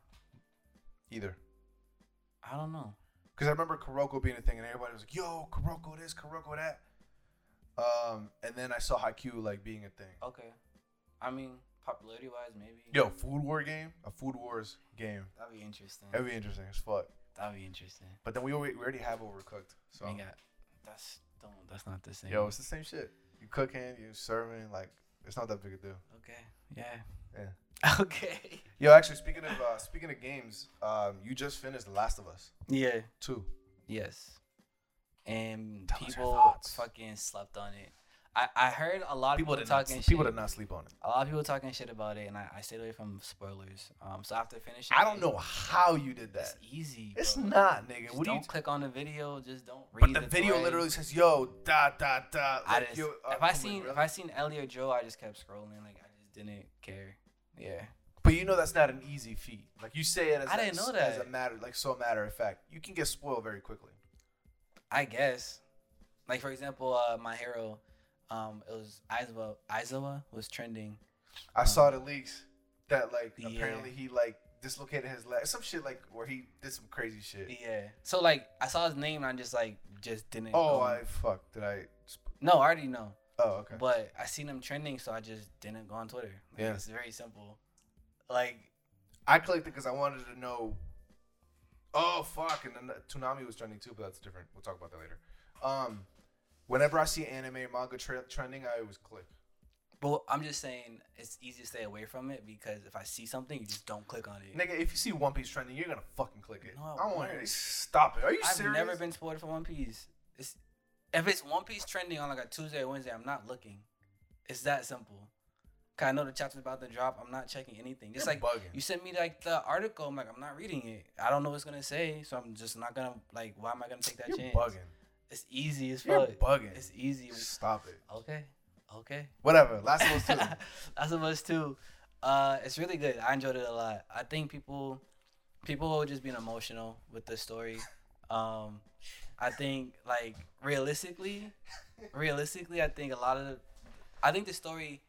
Either, I don't know. because I remember Kuroko being a thing, and everybody was like, "Yo, Kuroko this, Kuroko that." Um, and then I saw Haikyuu like being a thing. Okay. I mean, popularity wise, maybe. Yo, food war game, a food wars game. That'd be interesting. That'd be interesting as fuck. That'd be interesting. But then we already, we already have overcooked. So We got. That's don't. That's not the same. yo, it's the same shit. You cooking, you serving, like it's not that big a deal. Okay. Yeah. Yeah. Okay. Yo, actually, speaking of uh, speaking of games, um, you just finished The Last of Us Yeah. two. Yes. And Tell us your people thoughts. fucking slept on it. I, I heard a lot of people, talking shit. people did not sleep on it. a lot of people talking shit about it, and I, I stayed away from spoilers. Um, so after finishing, I don't it, know how you did It's that. easy. It's bro. not, nigga. Just What do don't you? click on the video. Just don't read. But the video thread. literally says, "Yo, da da da." I Like, just, yo, uh, if I come seen on, if really? I seen Ellie or Joe, I just kept scrolling. Like I just didn't care. Yeah. but you know that's not an easy feat. Like you say it as I a- didn't know as that. a matter, like so matter of fact. You can get spoiled very quickly. I guess. Like for example, uh, my hero, um, it was Aizawa. Aizawa was trending. I Um, saw the leaks that like yeah. apparently he like dislocated his leg, some shit like where he did some crazy shit. Yeah. So like I saw his name and I just like just didn't. Oh, go- I fuck. Did I? sp- No, I already know. Oh, okay. But I seen him trending, so I just didn't go on Twitter. Like, Yeah. It's very simple. Like I clicked it because I wanted to know. Oh fuck! And then Toonami was trending too, but that's different. We'll talk about that later. Um, whenever I see anime or manga tra- trending, I always click. But I'm just saying it's easy to stay away from it because if I see something, you just don't click on it. Nigga, if you see One Piece trending, you're gonna fucking click it. No, I I, don't want to won't. hear this. Stop it. Are you I've serious? never been spoiled for One Piece. It's if it's One Piece trending on like a Tuesday or Wednesday, I'm not looking. It's that simple. 'Cause I know the chapter's about to drop. I'm not checking anything. Just You're like bugging. you sent me like the article. I'm like I'm not reading it. I don't know what it's gonna say, so I'm just not gonna like. Why am I gonna take that You're chance? bugging. It's easy as You're fuck. bugging. It's easy. Stop it. Okay, okay. Whatever. Last of Us two. That's of Us too. Uh, it's really good. I enjoyed it a lot. I think people people were just being emotional with the story. Um, I think like realistically, realistically, I think a lot of the, I think the story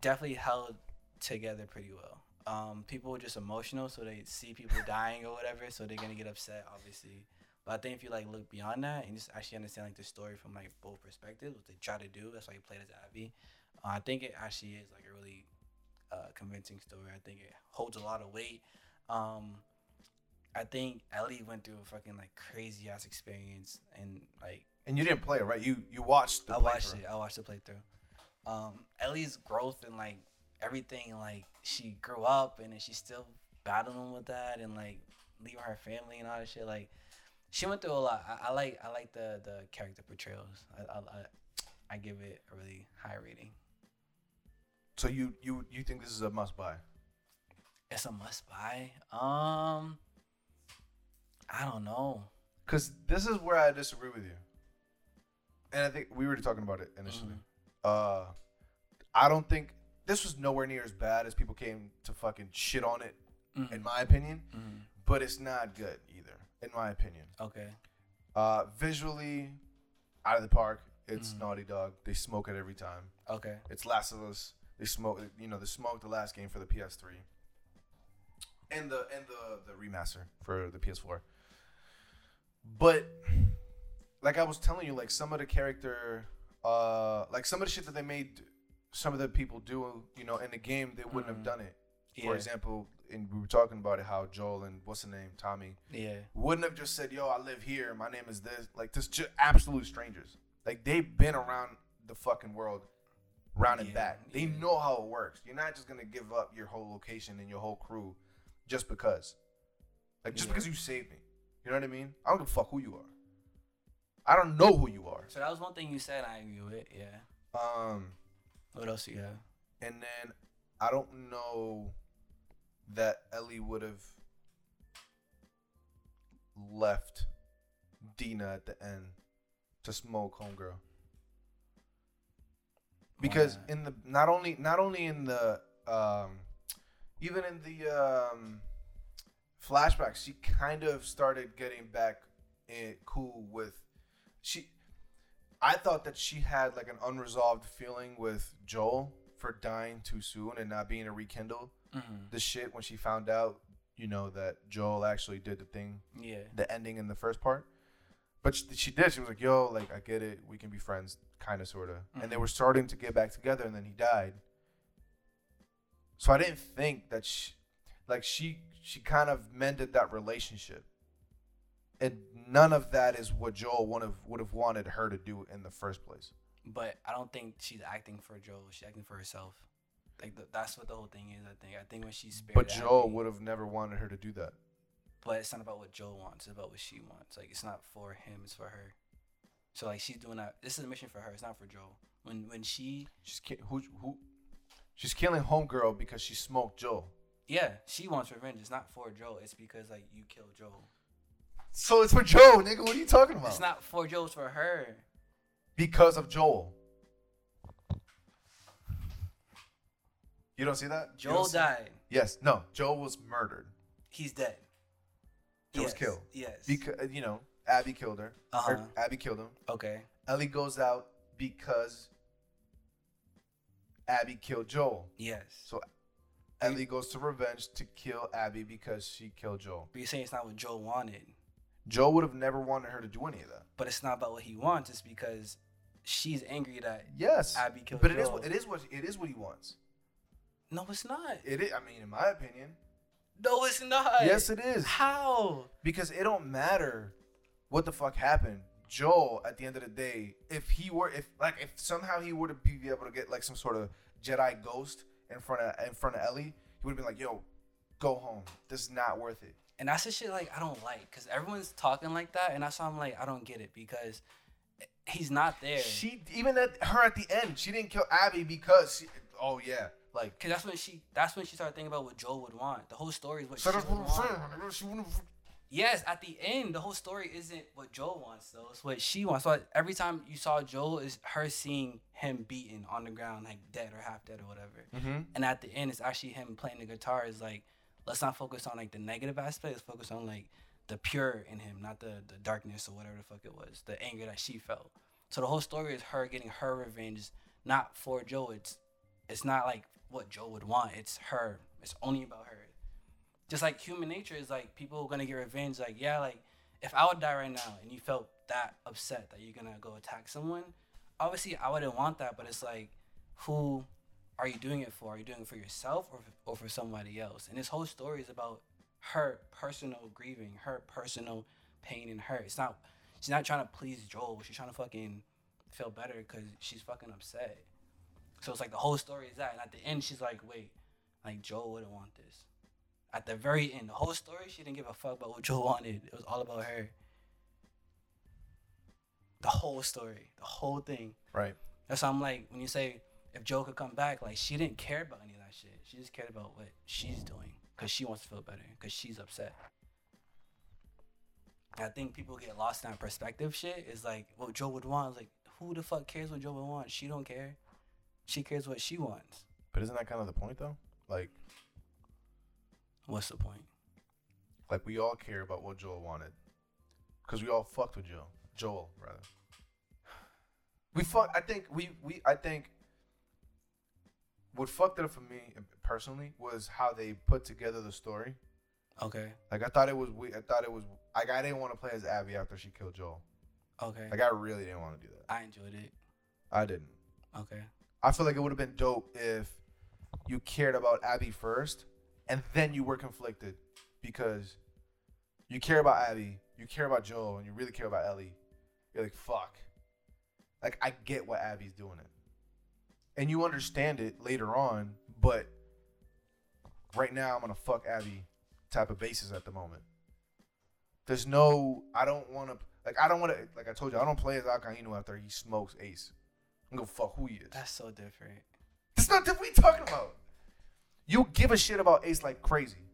definitely held together pretty well. Um, people were just emotional, so they see people dying or whatever, so they're gonna get upset, obviously. But I think if you like look beyond that and just actually understand like the story from like both perspectives, what they try to do, that's why you played as Abby. Uh, I think it actually is like a really uh, convincing story. I think it holds a lot of weight. Um, I think Ellie went through a fucking like crazy ass experience, and like And you didn't play it, right? You you watched the I watched playthrough. it. I watched the playthrough. Um, Ellie's growth and like everything, like she grew up and then she's still battling with that and like leaving her family and all that shit. Like she went through a lot. I, I like I like the the character portrayals. I, I I I give it a really high rating. So you you you think this is a must buy? It's a must buy. Um, I don't know. Because this is where I disagree with you. And I think we were talking about it Mm-hmm. initially. Uh, I don't think this was nowhere near as bad as people came to fucking shit on it, Mhm. in my opinion. Mhm. But it's not good either, in my opinion. Okay. Uh, visually, out of the park. It's Mhm. Naughty Dog. They smoke it every time. Okay. It's Last of Us. They smoke. You know, they smoked the last game for the PS3. And the and the the remaster for the PS4. But like I was telling you, like some of the character, uh, like some of the shit that they made, some of the people do, you know, in the game they wouldn't Mhm. have done it. Yeah. For example, and we were talking about it, how Joel and what's the name, Tommy, yeah. wouldn't have just said, "Yo, I live here. My name is this." Like, just ju- absolute strangers. Like they've been around the fucking world, round and Yeah, back. They yeah. know how it works. You're not just gonna give up your whole location and your whole crew just because. Like just Yeah. because you saved me. You know what I mean? I don't give a fuck who you are. I don't know who you are. So that was one thing you said. I agree with. Yeah. Um, What else you have? and then I don't know that Ellie would have left Dina at the end to smoke homegirl. because not? in the not only not only in the um, even in the um, flashbacks, she kind of started getting back in, cool with she. I thought that she had like an unresolved feeling with Joel for dying too soon and not being a rekindle Mhm. the shit when she found out, you know, that Joel actually did the thing, Yeah. the ending in the first part. But she, she did. She was like, "Yo, like I get it. We can be friends, kind of, sorta." And they Mhm. were starting to get back together, and then he died. So I didn't think that she, like she, she kind of mended that relationship. And none of that is what Joel would have would have wanted her to do in the first place. But I don't think she's acting for Joel. She's acting for herself. Like th that's what the whole thing is. I think. I think when she's spared. But out, Joel would have never wanted her to do that. But it's not about what Joel wants. It's about what she wants. Like it's not for him. It's for her. So like she's doing that. This is a mission for her. It's not for Joel. When when she She's ki- who who, she's killing homegirl because she smoked Joel. yeah she wants revenge. It's not for Joel. It's because like you killed Joel. So it's for Joel, nigga. What are you talking about? It's not for Joel. It's for her. because of Joel. You don't see that? You Joel don't see- died. Yes. No. Joel was murdered. He's dead. Joel was killed. Yes. Because you know, Abby killed her. Or Uh-huh. Abby killed him. okay. Ellie goes out because Abby killed Joel. Yes. Ellie goes to revenge to kill Abby because she killed Joel. But you're saying it's not what Joel wanted. Joel would have never wanted her to do any of that. But it's not about what he wants. It's because she's angry that Yes. Abby killed but it is Joel. what it is what it is what he wants. No, it's not. It is, I mean, in my opinion. No, it's not. Yes, it is. How? because it don't matter what the fuck happened. Joel, at the end of the day, if he were, if like, if somehow he were to be able to get like some sort of Jedi ghost in front of in front of Ellie, he would have been like, "Yo, go home. This is not worth it." And that's the shit like I don't like because everyone's talking like that, and that's why I'm like I don't get it because he's not there. She even at her at the end, she didn't kill Abby because, she, oh yeah, like. Cause that's when she that's when she started thinking about what Joel would want. The whole story is what So she that's would what I'm want. saying. nigga. She wouldn't have- Yes, at the end, the whole story isn't what Joel wants though. It's what she wants. So like, every time you saw Joel, is her seeing him beaten on the ground, like dead or half dead or whatever. Mm-hmm. And at the end, it's actually him playing the guitar. Is like, let's not focus on like the negative aspect. Let's focus on like the pure in him, not the the darkness or whatever the fuck it was, the anger that she felt. So the whole story is her getting her revenge, not for Joe. It's it's not like what Joe would want. It's her. It's only about her. Just like human nature is like people gonna get revenge. Like yeah, like if I would die right now and you felt that upset that you're gonna go attack someone, obviously I wouldn't want that. But it's like who are you doing it for? Are you doing it for yourself or, or for somebody else? And this whole story is about her personal grieving, her personal pain and hurt. It's not she's not trying to please Joel. She's trying to fucking feel better because she's fucking upset. So it's like the whole story is that. And at the end, she's like, wait, like Joel wouldn't want this. At the very end, the whole story, she didn't give a fuck about what Joel wanted. It was all about her. The whole story, the whole thing. Right. That's why I'm like, when you say if Joe could come back, like she didn't care about any of that shit. She just cared about what she's doing because she wants to feel better because she's upset. And I think people get lost in that perspective shit. Is like what Joe would want. It's like who the fuck cares what Joe would want? She don't care. She cares what she wants. But isn't that kind of the point though? Like, What's the point? like we all care about what Joel wanted, because we all fucked with Joel. Joel, rather. We fuck. I think we we. I think what fucked it up for me personally was how they put together the story. Okay. Like I thought it was. We I thought it was. Like I didn't want to play as Abby after she killed Joel. Okay. Like I really didn't want to do that. I enjoyed it. I didn't. Okay. I feel like it would have been dope if you cared about Abby first, and then you were conflicted because you care about Abby, you care about Joel, and you really care about Ellie. You're like, fuck. Like I get why Abby's doing it, and you understand it later on, but right now I'm gonna fuck Abby type of basis at the moment. There's no, I don't want to, like I don't want to, like I told you, I don't play as Alcaino after he smokes Ace. I'm gonna fuck who he is. That's so different. That's not what we talking about. You give a shit about Ace like crazy.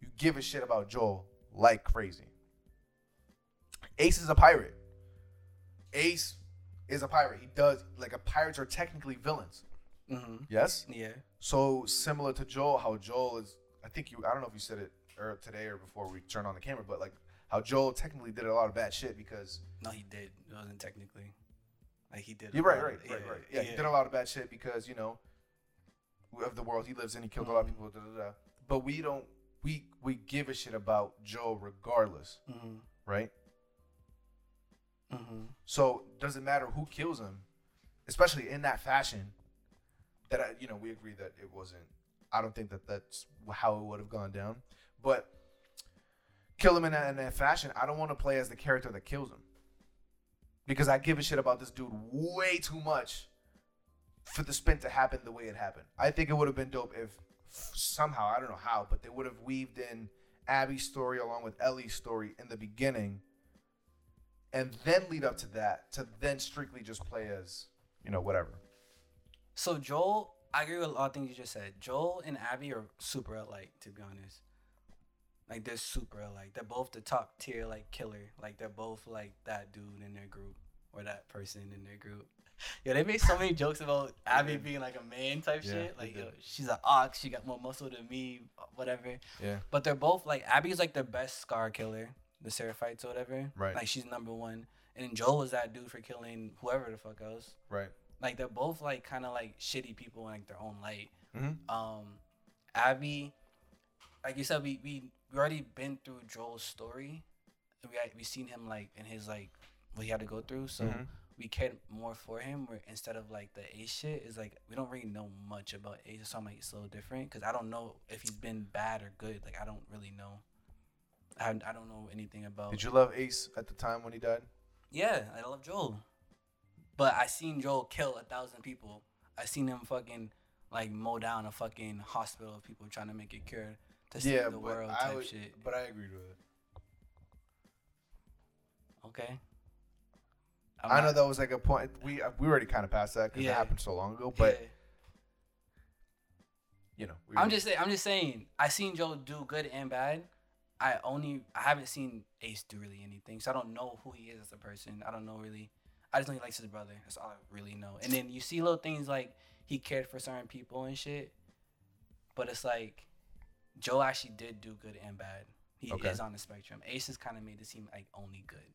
You give a shit about Joel like crazy. Ace is a pirate. Ace is a pirate. He does like a pirates are technically villains. Mm-hmm. Yes. Yeah. So similar to Joel, how Joel is. I think you. I don't know if you said it or today or before we turned on the camera, but like how Joel technically did a lot of bad shit because No, he did. It wasn't technically. Like he did. a You're right, lot right, of- right, right. Yeah, he did a lot of bad shit because you know of the world he lives in. He killed a lot of people. Da, da, da. But we don't. We we give a shit about Joe regardless, Mhm, right? mhm. So doesn't matter who kills him, especially in that fashion. That I, you know, we agree that it wasn't. I don't think that that's how it would have gone down. But kill him in that, in that fashion. I don't want to play as the character that kills him because I give a shit about this dude way too much for the spin to happen the way it happened. I think it would have been dope if somehow I don't know how, but they would have weaved in Abby's story along with Ellie's story in the beginning and then lead up to that to then strictly just play as you know whatever. So Joel, I agree with a lot of things you just said. Joel and Abby are super alike, to be honest. Like they're super alike. They're both the top tier like killer. Like they're both like that dude in their group or that person in their group. Yeah, they made so many jokes about Abby did. being like a man type Yeah, shit. they Like, did. yo, she's an ox. She got more muscle than me. Whatever. Yeah. But they're both like Abby's like the best scar killer, the Seraphites or whatever. Right. Like she's number one, and then Joel was that dude for killing whoever the fuck else. Right. Like they're both like kind of like shitty people in like their own light. Mhm. Um, Abby, like you said, we we we already been through Joel's story. and We had- we seen him like in his like what he had to go through, so Mhm. we cared more for him. Where instead of like the Ace shit, is like we don't really know much about Ace, so I'm like it's a little different because I don't know if he's been bad or good. Like I don't really know. I I don't know anything about. Did you love Ace at the time when he died? Yeah, I love Joel. But I seen Joel kill a thousand people. I seen him fucking like mow down a fucking hospital of people trying to make a cure to save the world type would- shit. but I agreed with it. Okay. I'm i know not- that was like a point. We uh, we already kind of passed that because Yeah. it happened so long ago. But Yeah. you know, we I'm were- just saying. I'm just saying. I seen Joel do good and bad. I only I haven't seen Ace do really anything, so I don't know who he is as a person. I don't know really. I just know he likes his brother. That's all I really know. And then you see little things like he cared for certain people and shit. But it's like Joe actually did do good and bad. He Okay. is on the spectrum. Ace has kind of made it seem like only good.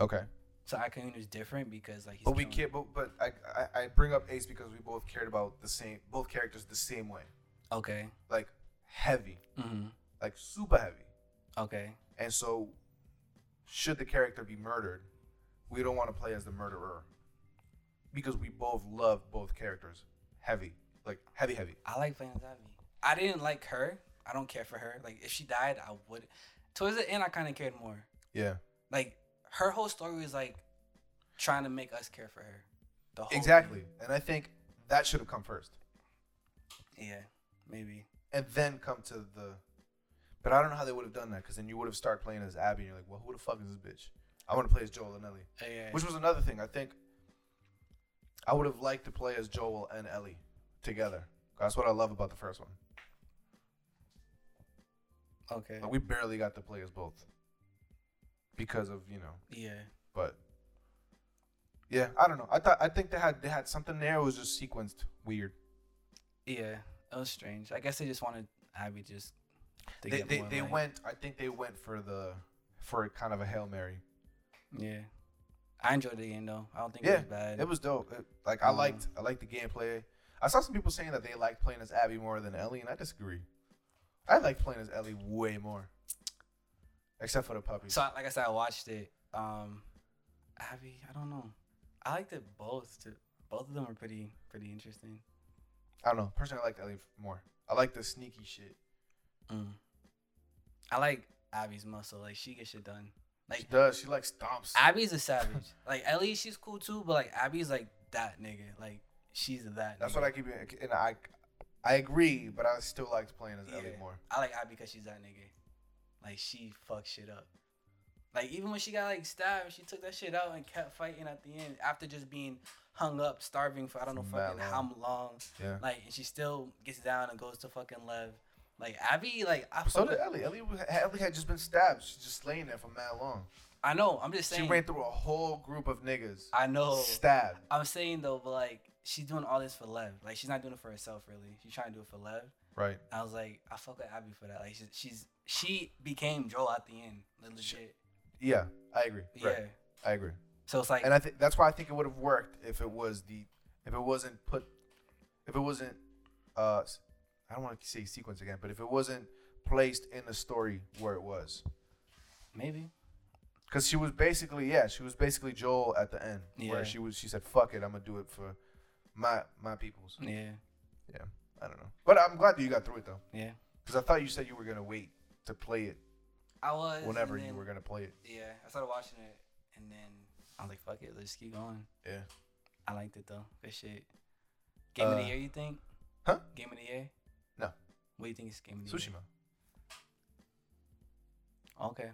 okay. So I can is different because like he's But we killing- can't. But, but I, I I bring up Ace because we both cared about the same both characters the same way, Okay. like heavy, hmm like super heavy. Okay. And so, should the character be murdered, we don't want to play as the murderer because we both love both characters heavy, like heavy, heavy. I like playing as Abby. I didn't like her. I don't care for her. Like if she died, I would. Towards the end, I kind of cared more. Yeah, Like her whole story was like trying to make us care for her. The whole exactly. And I think that should have come first, Yeah, maybe. and then come to the. But I don't know how they would have done that because then you would have started playing as Abby, and you're like, well, who the fuck is this bitch? I want to play as Joel and Ellie, Yeah. which was another thing. I think I would have liked to play as Joel and Ellie together. That's what I love about the first one. okay. Like, we barely got to play as both because of you know. Yeah. But yeah, I don't know. I thought I think they had they had something there. It was just sequenced weird. Yeah. That was strange. I guess they just wanted Abby just. to They get they, more, they like- went. I think they went for the for kind of a hail mary. Yeah. I enjoyed the game though. I don't think it Yeah, was bad. It was dope. It- like I Um, liked I liked the gameplay. I saw some people saying that they liked playing as Abby more than Ellie, and I disagree. I like playing as Ellie way more. Except for the puppy. So I- like I said, I watched it. Um, Abby, I don't know. I liked it both. Too. Both of them were pretty pretty interesting. I don't know. Personally, I liked Ellie more. I like the sneaky shit. Mm. I like Abby's muscle. Like she gets shit done. She Like does. She likes stomps. Abby's a savage. like Ellie, she's cool too, but like Abby's like that nigga. Like she's that. That's nigga. what I keep. And I, I agree, but I still liked playing as Ellie Yeah. more. I like Abby because she's that nigga. Like she fucks shit up. Like even when she got like stabbed, she took that shit out and kept fighting at the end after just being hung up, starving for I don't know For that fucking how long. Yeah. Like and she still gets down and goes to fucking Lev. Like Abby, like I So fuck did with- Ellie. Ellie, was- Ellie had just been stabbed. She's just laying there for mad long. I know. I'm just She saying. ran through a whole group of niggas. I know. Stabbed. I'm saying though, but like she's doing all this for Lev. Like she's not doing it for herself really. She's trying to do it for Lev. Right. I was like, I fuck with Abby for that. Like she's, she's she became Joel at the end. Like, She- legit. Yeah, I agree. Yeah. Right. I agree. So it's like And I think that's why I think it would have worked if it was the if it wasn't put if it wasn't uh s- I don't want to say sequence again, but if it wasn't placed in the story where it was. maybe. Cause she was basically yeah, she was basically Joel at the end. Yeah. Where she was she said, Fuck it, I'm gonna do it for my my peoples. Yeah. I don't know. But I'm glad that you got through it though. Yeah. Because I thought you said you were gonna wait to play it I was. and whenever you then- were gonna play it. Yeah, I started watching it, and then I was like, "Fuck it, let's keep going." Yeah. I liked it though. Good shit. Game of the Uh, year, you think? huh? Game of the year? No. What do you think is game of the year? Tsushima. Okay.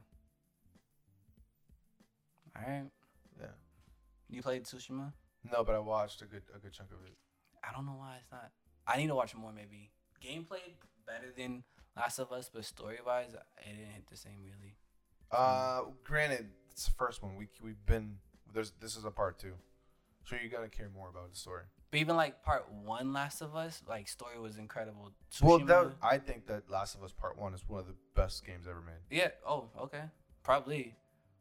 All right. Yeah. You played Tsushima? No, but I watched a good a good chunk of it. I don't know why it's not. I need to watch more. Maybe gameplay better than Last of Us, but story wise, it didn't hit the same really. Uh, granted, it's the first one. We we've been there's this is a part two, so you're gonna care more about the story. But even like part one, Last of Us, like story was incredible. Well, Tsushima- that, I think that Last of Us Part One is one of the best games ever made. Yeah. Oh, okay. Probably.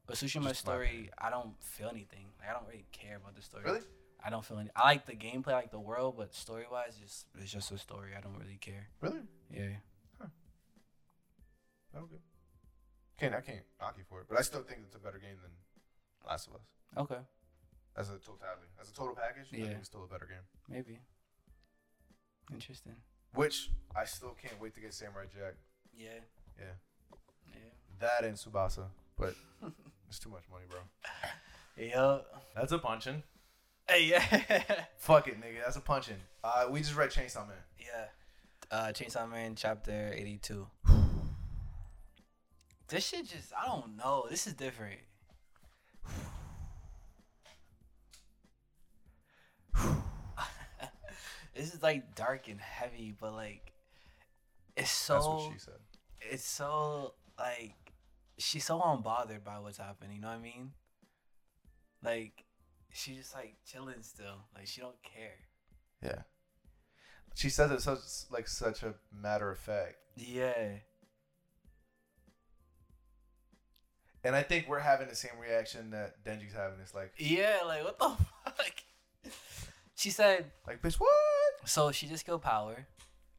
But Tsushima's Just my story, I don't feel anything. Like I don't really care about the story. I don't feel any. I like the gameplay, I like the world, but story wise, just it's just a story. I don't really care. really? Yeah. Okay. Can't I can't knock you for it, but I still think it's a better game than Last of Us. Okay. As a totality, as a total package, I Yeah. think it's still a better game. Maybe. Interesting. Which I still can't wait to get Samurai Jack. Yeah. Yeah. Yeah. That and Subasa, but it's too much money, bro. Yup. That's a punching. Hey. Yeah. Fuck it, nigga. That's a punching. Uh, we just read Chainsaw Man. yeah. Uh, Chainsaw Man chapter eighty two. This shit just I don't know. This is different. this is like dark and heavy, but like it's so That's what she said. it's so like she's so unbothered by what's happening. You know what I mean? Like she's just like chilling still. Like she don't care. Yeah. She says it such like such a matter of fact. Yeah. And I think we're having the same reaction that Denji's having. It's like Yeah. Like what the fuck? she said. like bitch what? So she just killed Power.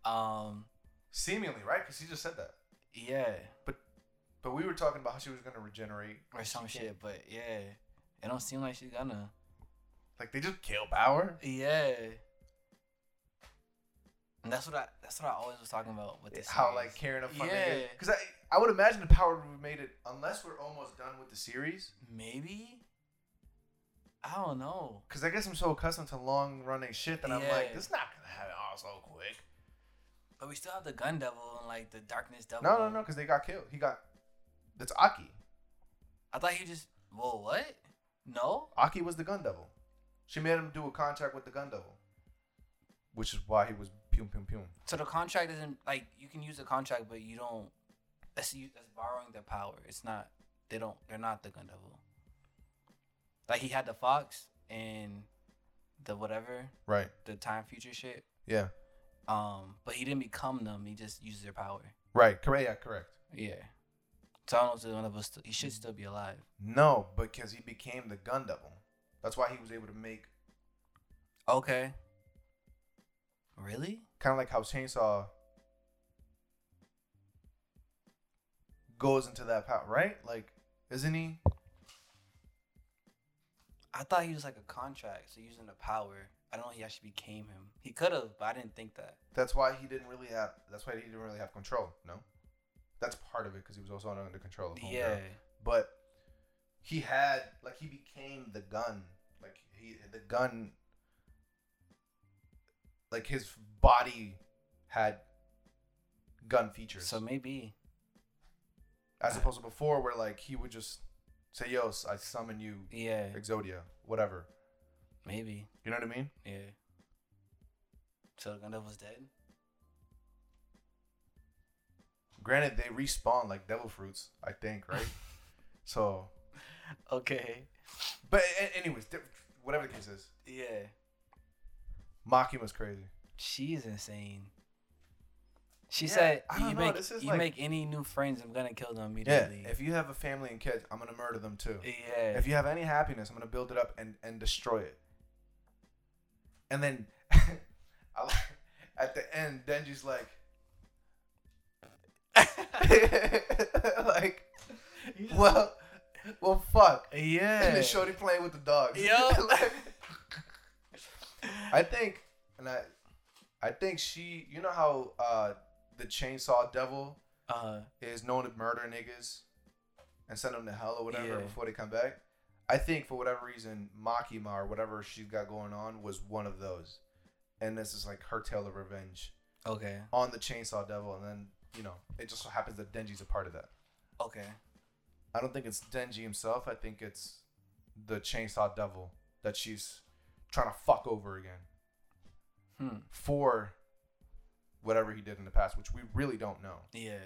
Um. Seemingly, right? Cuz he just said that. Yeah. But we were talking about how she was going to regenerate. Or some She shit. But yeah. It don't seem like she's gonna. Like they just kill Bauer. Yeah. And that's what I. That's what I always was talking about with this. How series. like caring a fun Yeah. Cuz I I would imagine the power would have made it unless we're almost done with the series. Maybe. I don't know. Cause I guess I'm so accustomed to long running shit that I'm like, Yeah. this is not gonna happen all so quick. But we still have the gun devil and like the darkness devil. No, no, no, because they got killed. He got that's Aki. I thought he just Whoa, what? No? Aki was the gun devil. She made him do a contract with the gun devil, which is why he was pum pum pum. So the contract isn't like you can use the contract but you don't that's you that's borrowing their power. It's not they don't they're not the gun devil. Like he had the fox and the whatever, Right. the time future shit. Yeah. Um, but he didn't become them, he just used their power. Right. Correct. Yeah. Correct. Yeah. So I don't know if the one of us he should still be alive. No, because he became the gun devil. That's why he was able to make Okay. Really? kind of like how Chainsaw goes into that power, right? Like, isn't he? I thought he was like a contract, so using the power. I don't know if he actually became him. He could have, but I didn't think that. That's why he didn't really have. That's why he didn't really have control. No, that's part of it because he was also under control of Homegirl. yeah. but he had like he became the gun like he the gun like his body had gun features So maybe. as opposed to before where like he would just say yo s- i summon you Yeah. exodia whatever Maybe. you know what i mean Yeah. So the Gundam was dead? granted they respawn like devil fruits i think right so okay. But a- anyways, di- whatever the case is, Yeah. Makima's crazy. She's insane. She Yeah, said, I "You don't know, make this is you like- make any new friends, I'm gonna kill them Yeah, immediately." if you have a family and kids, I'm gonna murder them too. Yeah. If you have any happiness, I'm gonna build it up and and destroy it. And then I like- at the end, Denji's like, like, well, well, fuck. And yeah. then Shorty playing with the dogs. Yup. Like, I think, and I, I think she. You know how uh the chainsaw devil Uh, is known to murder niggas and send them to hell or whatever Yeah. before they come back. I think for whatever reason, Makima or whatever she's got going on was one of those, and this is like her tale of revenge okay. on the chainsaw devil, and then you know it just so happens that Denji's a part of that. Okay. I don't think it's Denji himself. I think it's the chainsaw devil that she's trying to fuck over again Hmm. for whatever he did in the past, which we really don't know. Yeah.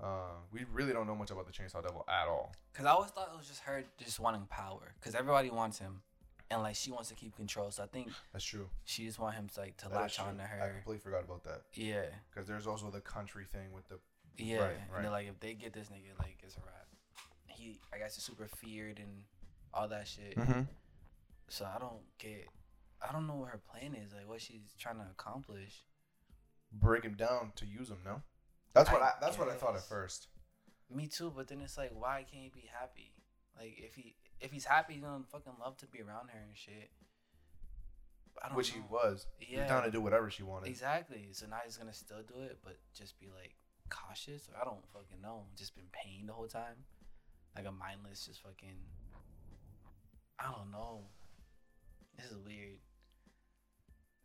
Uh, we really don't know much about the chainsaw devil at all. Cause I always thought it was just her just wanting power. Cause everybody wants him, and like she wants to keep control. So I think That's true. she just want him to, like to That is latch true. on to I her. completely forgot about that Yeah. because there's also the country thing with the Yeah. Right, and right. they're like, if they get this nigga, like it's a wrap. He, I guess, is super feared and all that shit. Mm. So I don't get. I don't know what her plan is. Like what she's trying to accomplish. break him down to use him. No, that's what I, I that's what I thought at guess. first. Me too. But then it's like, why can't he be happy? Like if he if he's happy, he's gonna fucking love to be around her and shit. I don't Which know. he was. He was Yeah. down to do whatever she wanted. Exactly. So now he's gonna still do it, but just be like cautious. Or I don't fucking know. Just been pain the whole time, like a mindless, just fucking. I don't know. This is weird.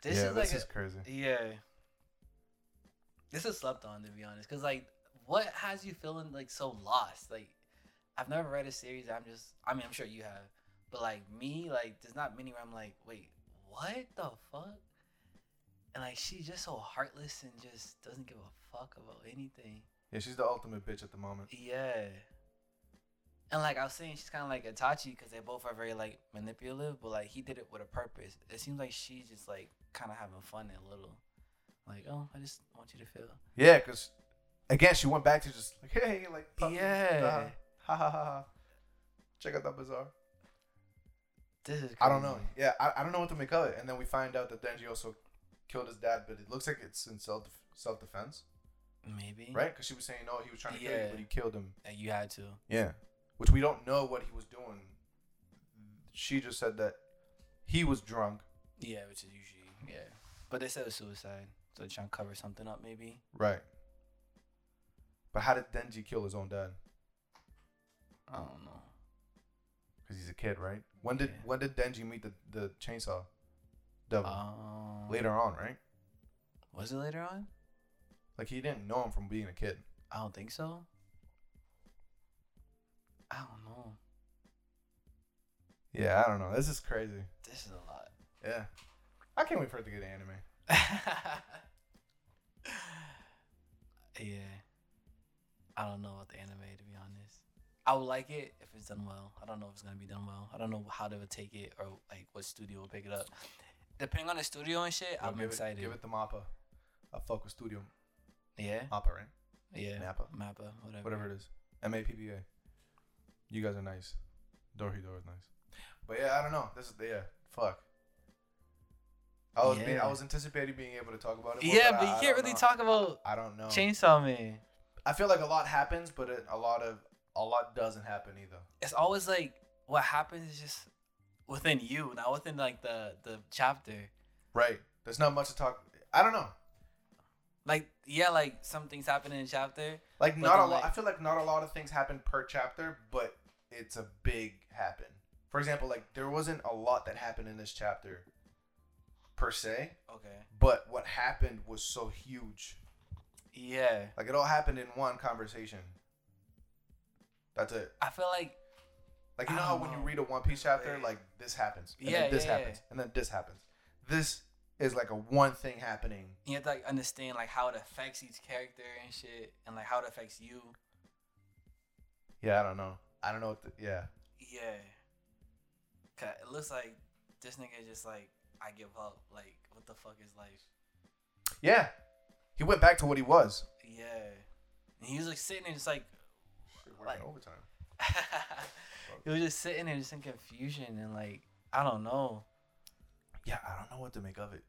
This yeah, is this like is crazy. a, yeah. This is slept on to be honest, because like, what has you feeling like so lost? Like, I've never read a series. I'm just. I mean, I'm sure you have, but like me, like, there's not many where I'm like, wait, what the fuck? And like, she's just so heartless and just doesn't give a fuck about anything. Yeah, she's the ultimate bitch at the moment. Yeah. And like I was saying, she's kind of like Itachi because they both are very like manipulative, but like he did it with a purpose. It seems like she's just like kind of having fun and little, like oh, I just want you to feel. Yeah, because again, she went back to just like, hey, like, puppy, Yeah. ha, ha, ha, ha. Check out that bazaar. This is. Crazy. I don't know. Yeah, I, I don't know what to make of it. And then we find out that Denji also killed his dad, but it looks like it's in self self defense, Maybe right? Because she was saying, no, he was trying to kill you, Yeah. but he killed him. That you had to. Yeah. Which we don't know what he was doing. She just said that he was drunk, Yeah, which is usually yeah. But they said it was suicide, so they're trying to cover something up maybe. right? But how did Denji kill his own dad? I don't know. Because he's a kid, right? When did Yeah. when did Denji meet the the chainsaw devil? Um, Later on, right? Was it later on? Like he didn't know him from being a kid. I don't think so. I don't know. Yeah, I don't know. This is crazy. This is a lot. Yeah, I can't wait for it to get an anime. yeah. I don't know about the anime to be honest. I would like it if it's done well. I don't know if it's gonna be done well. I don't know how they would take it or like what studio will pick it up. Depending on the studio and shit, Yo, I'm give excited. It, give it the Mappa. I fuck with Studio yeah, Mappa, right? yeah. Nappa. Mappa, whatever. Whatever it is. M A P P A. You guys are nice. Dorohedoro is nice. But yeah, I don't know. This is yeah. Fuck. I was being, Yeah. I was anticipating being able to talk about it. more, Yeah, I- but you I can't don't really know. talk about I don't know. Chainsaw Man. I feel like a lot happens, but it, a lot of a lot doesn't happen either. It's always like what happens is just within you, not within like the the chapter. Right. There's not much to talk. I don't know. Like yeah, like something's happening in the chapter. Like But not a then, lot. like- I feel like not a lot of things happen per chapter, but it's a big happen. For example, like there wasn't a lot that happened in this chapter, per se. Okay. But what happened was so huge. Yeah. Like it all happened in one conversation. That's it. I feel like Like you know I how don't when you know. read a One Piece chapter, Oh. Yeah. like this happens, and Yeah, then this yeah, yeah. happens, and then this happens. This is like a one thing happening. you have to like understand like how it affects each character and shit, and like how it affects you. Yeah, I don't know. I don't know. What the, yeah, Yeah. 'Cause it looks like this nigga just like I give up. Like what the fuck is life? Yeah, he went back to what he was. Yeah. And he was like sitting there just like Shit, Like- overtime. he was just sitting there just in confusion and like I don't know. Yeah, I don't know what to make of it.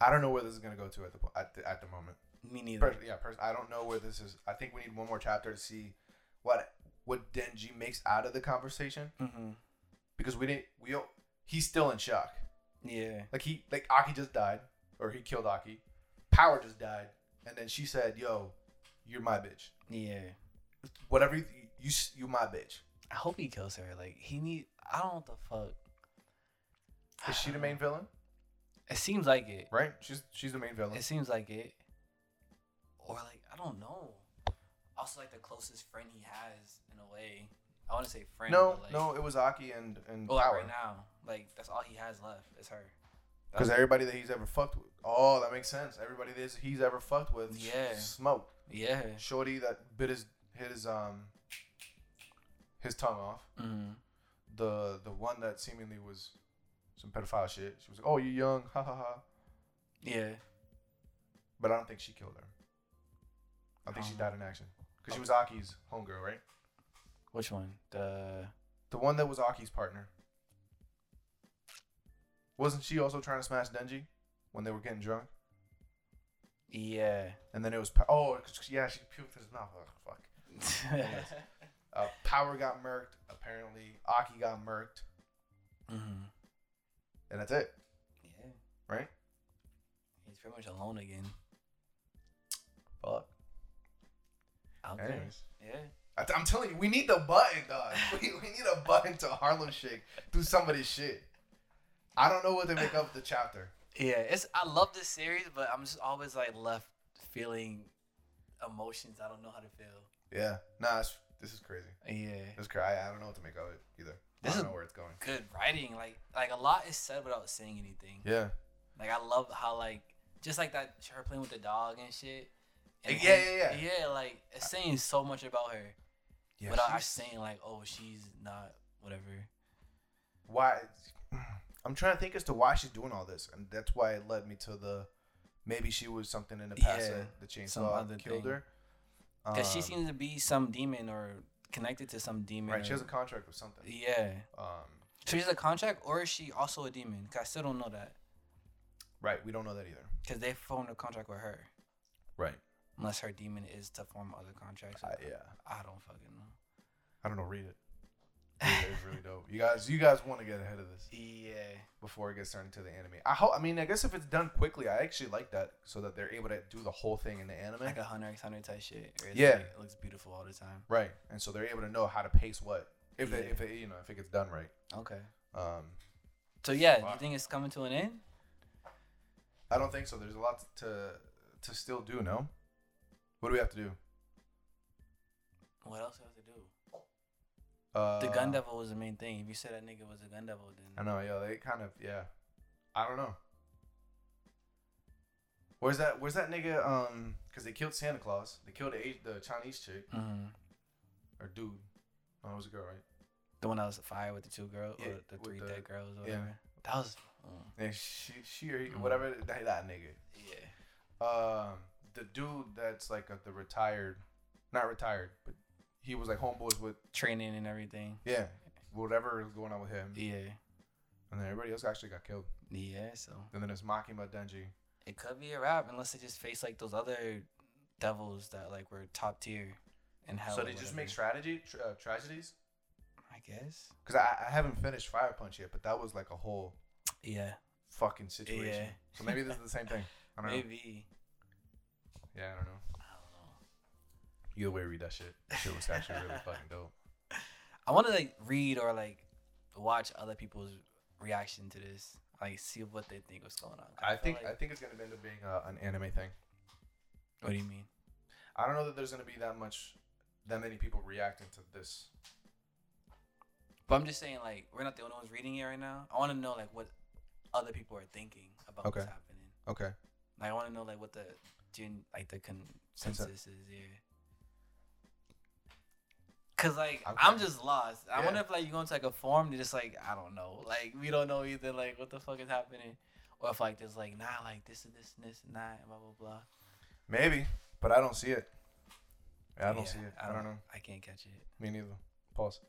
I don't know where this is gonna go to at the po- at the, at the moment. Me neither. Pers- yeah, pers- I don't know where this is. I think we need one more chapter to see what what Denji makes out of the conversation Mm-hmm. because we didn't. We don't, he's still in shock. Yeah. Like he like Aki just died or he killed Aki. Power just died, and then she said, "Yo, you're my bitch. Yeah. Whatever you you s- you my bitch." I hope he kills her. Like he need. I don't know what the fuck. Is she the main villain? It seems like it. Right? She's she's the main villain. It seems like it. Or like I don't know. Also like the closest friend he has in a way. I want to say friend. no, but, like, no, it was Aki and and Well, like, Power right now, like that's all he has left is her. because everybody that he's ever fucked with. Oh, that makes sense. Everybody that he's ever fucked with, Yeah. smoked. Yeah. Shorty that bit his hit his um his tongue off. Mm. The the one that seemingly was some pedophile shit. She was like, "Oh, you young, ha ha ha." Yeah. But I don't think she killed her. I think she Um, died in action because she was Aki's homegirl, right? Which one? The The one that was Aki's partner. Wasn't she also trying to smash Denji when they were getting drunk? yeah. And then it was pa- oh 'cause- yeah, she puked his mouth. Ugh, fuck. Mm-hmm. Uh, Power got murked apparently. Aki got murked, mm. and that's it. Yeah. Right? He's pretty much alone again. Fuck. Out there. Anyways. Yeah. I am telling you, we need the button, dog. We, we need a button to Harlem Shake through somebody's shit. I don't know what they make up the chapter. Yeah, it's I love this series, but I'm just always like left feeling emotions I don't know how to feel. Yeah, nah, it's, this is crazy. Yeah. This cra- I, I don't know what to make of it either. This I don't is- know where it's going. Good writing, like like a lot is said without saying anything. Yeah, Like I love how like just like that her playing with the dog and shit. And Yeah, yeah, yeah. Yeah, like it's saying so much about her yeah. without she's- actually saying like, oh, she's not whatever. why? I'm trying to think as to why she's doing all this, and that's why it led me to the maybe she was something in the past Yeah, that the some chainsaw other killed thing. her. Because she Um, seems to be some demon or connected to some demon. right. She or- has a contract with something. yeah. Um, So she's a contract, or is she also a demon? 'Cause I still don't know that. right. We don't know that either. Because they formed a contract with her. Right. Unless her demon is to form other contracts. Uh, yeah. I don't fucking know. I don't know. Read it. Read it. It's really dope. You guys, you guys want to get ahead of this Yeah. before it gets turned into the anime. I hope. I mean, I guess if it's done quickly, I actually like that, so that they're able to do the whole thing in the anime. Like a Hunter x Hunter type shit. where it's Yeah. like, it looks beautiful all the time. Right. And so they're able to know how to pace what if they, Yeah. if it, you know if it gets done right. Okay. Um, So yeah, do you Fuck. think it's coming to an end? I don't think so. There's a lot to to still do. No. What do we have to do? What else do I have to do? Uh, The gun devil was the main thing. If you said that nigga was a gun devil, I then know. Yeah. They kind of. Yeah. I don't know. Where's that? Where's that nigga? Um, because they killed Santa Claus. They killed the A- the Chinese chick hmm or dude. No, it was a girl, right? the one that was fired with the two girls, Yeah, or the with three the- dead girls, or yeah. whatever. That was. mm, And she, she, or he, Mhm. whatever that, that nigga. yeah. um the dude that's like a, the retired not retired but he was like homeboys with Training and everything. yeah whatever is going on with him Yeah. and then everybody else actually got killed Yeah. So and then it's Makima Denji it could be a wrap unless they just face like those other devils that like were top tier in hell. so or they just whatever. make strategy tr uh, tragedies I guess. because I, I haven't finished Fire Punch yet but that was like a whole Yeah. fucking situation Yeah. so maybe this is the same thing I don't Maybe. know yeah I don't know I don't know. either way read that shit that shit was actually really fucking dope I want to like read or like watch other people's reaction to this. Like see what they think was going on. 'Cause I feel think I like- think it's gonna end up being uh, an anime thing what do you mean? I don't know that there's gonna be that much that many people reacting to this But I'm just saying like we're not the only ones reading it right now. I want to know like what other people are thinking about Okay. what's happening. okay Like I want to know like what the gen like the consensus is here. Cause like Okay. I'm just lost. I Yeah. wonder if like you go into like a forum to just like I don't know. Like we don't know either. Like what the fuck is happening, or if like there's like nah like this and this and this and that and blah blah blah. Maybe, but I don't see it. I don't Yeah, see it. I don't, know. I can't catch it Me neither. Pause.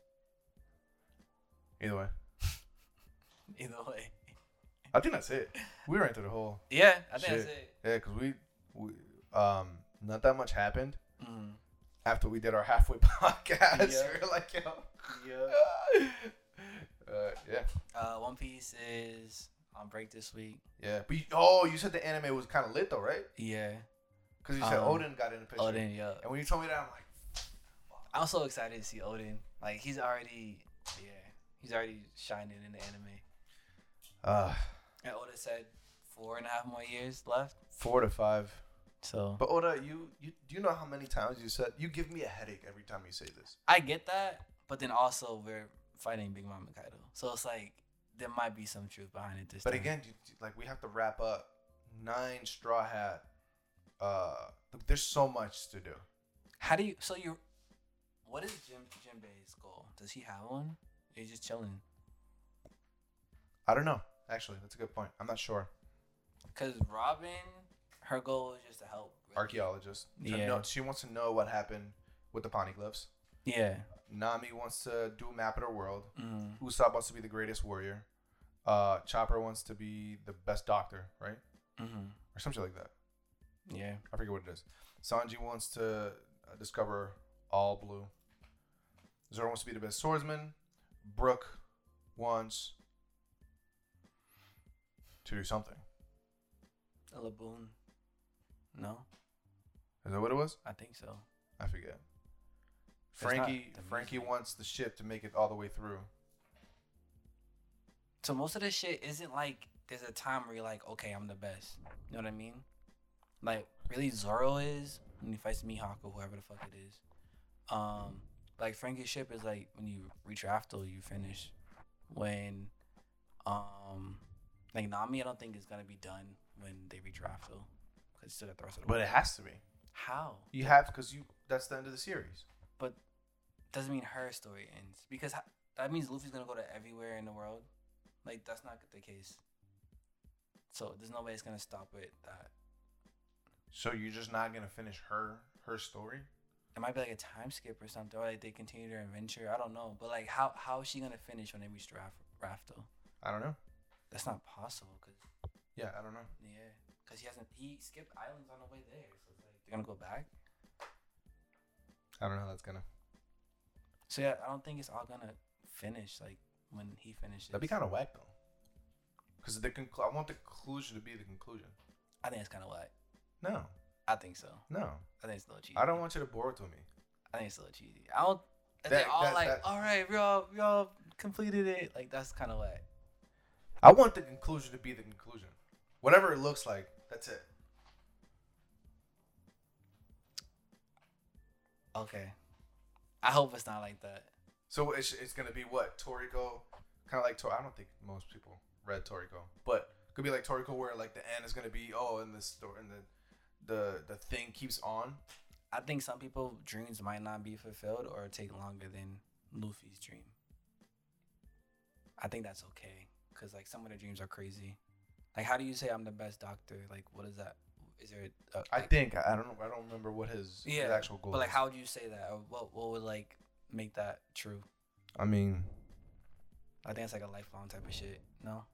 Either way, either way. I think that's it. We ran through the whole. Yeah, I think Shit. that's it. Yeah, cause we, we, um, not that much happened Mm. after we did our halfway podcast. Yeah. We were like, yo. Yeah. uh, yeah, Uh, One Piece is on break this week. yeah. But you, oh, you said the anime was kind of lit though, right? Yeah. Because you said Um, Odin got in the picture. Odin, yeah. And when you told me that, I'm like, I'm so excited to see Odin. Like he's already, yeah, he's already shining in the anime. uh, And Oda said four and a half more years left. four to five. So But Oda, you, you do you know how many times you said you give me a headache every time you say this? I get that, but then also we're fighting Big Mom and Kaido, so it's like there might be some truth behind it this But time. again, you, you- like we have to wrap up nine Straw Hat. Uh, th- there's so much to do. how do you? So you, what is Jim Jinbei's goal? Does he have one? He's just chilling. I don't know. Actually, that's a good point. I'm not sure. Cause Robin, her goal is just to help. really. Archaeologist. To Yeah. know- she wants to know what happened with the Poneglyphs. Yeah. Nami wants to do a map of the world. Mm. Usopp wants to be the greatest warrior. Uh, Chopper wants to be the best doctor, right? Mm-hmm. Or something like that. Yeah. I forget what it is. Sanji wants to uh, discover all blue. Zoro wants to be the best swordsman. Brook wants to do something. A Laboon. No, Is that what it was? I think so. I forget. That's not Frankie the Frankie music. wants the ship to make it all the way through. So most of this shit isn't like there's a time where you're like, okay, I'm the best. You know what I mean? Like really, Zoro is when he fights Mihawk or whoever the fuck it is. Um, like Frankie's ship is like when you reach your after you finish. When, um, like Nami, I don't think is gonna be done when they reach Rafto because you still got the rest of the. But world. it has to be. how You have because you that's the end of the series. doesn't mean her story ends because ho- that means Luffy's gonna go to everywhere in the world. Like that's not the case. So there's no way it's gonna stop with that. So you're just not gonna finish her her story? It might be like a time skip or something, or like they continue their adventure. I don't know, but like how how is she gonna finish when they reach Raf- Rafto? I don't know. That's not possible, cause Yeah, I don't know. yeah, cause he hasn't he skipped islands on the way there. So it's like they're gonna go back. I don't know how that's gonna. So yeah, I don't think it's all gonna finish like when he finishes. That'd be kind of whack though. Because the conclu- I want the conclusion to be the conclusion. I think it's kind of whack. No, I think so. no, I think it's a little cheesy. I don't want you to bore it with me. I think it's a little cheesy. I don't. and That- they're all that- like, that- all right, we all we all completed it. Like that's kind of like, I want the conclusion to be the conclusion, whatever it looks like. That's it. okay. I hope it's not like that. So it's, it's gonna be what Toriko, kind of like Tor. I don't think most people read Toriko, but it could be like Toriko, where like the end is gonna be oh, and the story and the the the thing keeps on. I think some people dreams might not be fulfilled or take longer than Luffy's dream. I think that's okay because like some of the dreams are crazy. Like how do you say I'm the best doctor? Like what is that? Is there? A, I like- think I I don't know. I don't remember what his, his Yeah, actual goal. But like is. how would you say that? Or what what would like make that true? I mean, I think it's like a lifelong type of shit. No.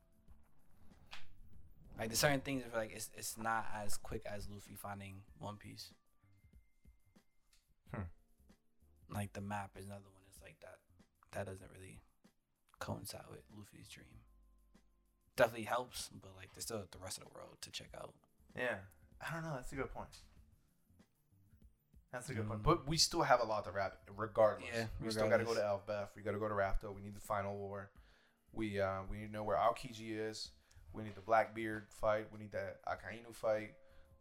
Like there's certain things where like it's it's not as quick as Luffy finding One Piece. Hmm. Like the map is another one. It's like that that doesn't really coincide with Luffy's dream. Definitely helps, but like there's still the rest of the world to check out. yeah, I don't know. That's a good point. That's a good point. Mm. But we still have a lot to wrap, regardless. Yeah, we still got to go to regardless. Elfbeth. We got to go to Rafto. We need the final war. We uh, we need to know where Aokiji is. We need the Blackbeard fight. We need that Akainu fight.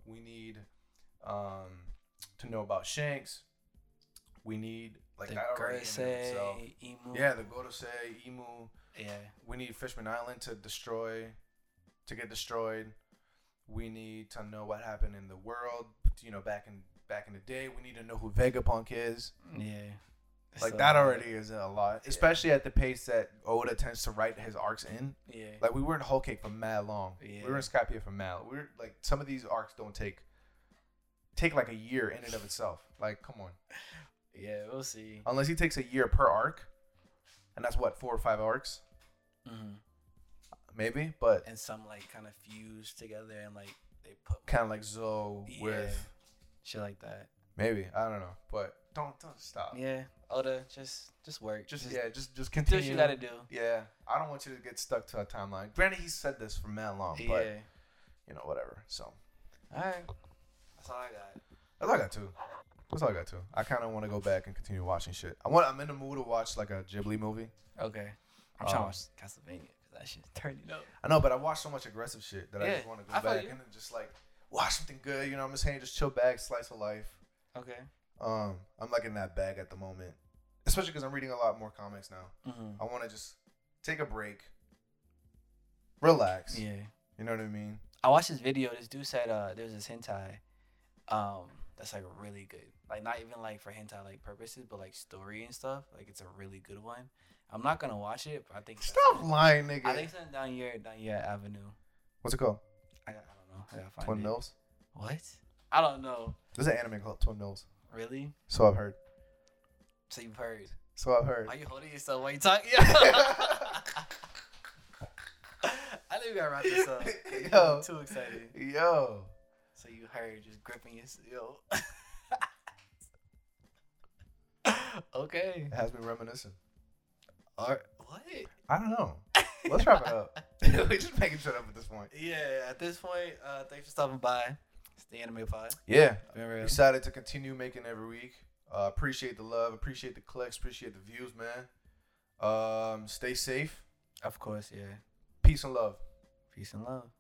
We need um, to know about Shanks. We need like the that already in and of itself. Gursei, Emu. Yeah, the Gorosei, Emu Yeah. we need Fishman Island to destroy, to get destroyed. We need to know what happened in the world. You know, back in back in the day, we need to know who Vegapunk is. Yeah. Mm. Like So, that already is a lot, especially at the pace that Oda tends to write his arcs in. Yeah. Like we were in Whole Cake for mad long. We were Yeah. in Skypiea for mad. We are like some of these arcs don't take take like a year in and of itself. Like come on, yeah, we'll see. unless he takes a year per arc, and that's what four or five arcs hmm maybe. But And some like kind of fuse together and like they put kind of like Zo Yeah. with shit like that. maybe I don't know. But don't don't stop. Yeah, Oda, just just work. Oh. Just yeah, just just do continue. what you gotta do. Yeah, I don't want you to get stuck to a timeline. Granted, he said this for mad long, Yeah. Um, but you know whatever. So. All right. That's all I got. That's all I got too. That's all I got too. I kind of want to go back and continue watching shit. I want. I'm in the mood to watch like a Ghibli movie. Okay. I'm trying Um, to watch Castlevania because that shit's turning up. I know, but I watch so much aggressive shit that I Yeah, just want to go I feel back you. and then just like watch something good. You know what I'm saying? Just chill back, slice of life. Okay. Um, I'm like in that bag at the moment, especially because I'm reading a lot more comics now. Mm-hmm. I want to just take a break, relax. Yeah. You know what I mean? I watched this video. This dude said uh, there's this hentai, um, that's like really good. Like not even like for hentai like purposes, but like story and stuff. Like it's a really good one. I'm not gonna watch it, but I think it's- Stop lying, nigga. I think it's on down your down your avenue. What's it called? I, got- I don't know. I gotta find Twin it. Nose. What? I don't know. There's an anime called Twin Nose. Really? So I've heard. So you've heard? So I've heard. Why you holding yourself? Why you talking? I think we gotta wrap this up. Yo. I'm too excited. Yo. So you heard just gripping yourself. okay. It has been reminiscent. Or what? I don't know. Let's wrap it up. We're just making shit up at this point. Yeah. At this point, uh, thanks for stopping by. It's the Anime Pod. Yeah. Been real. Excited to continue making every week. Uh, appreciate the love. Appreciate the clicks. Appreciate the views, man. Um, stay safe. Of course. Yeah. Peace and love. Peace and love.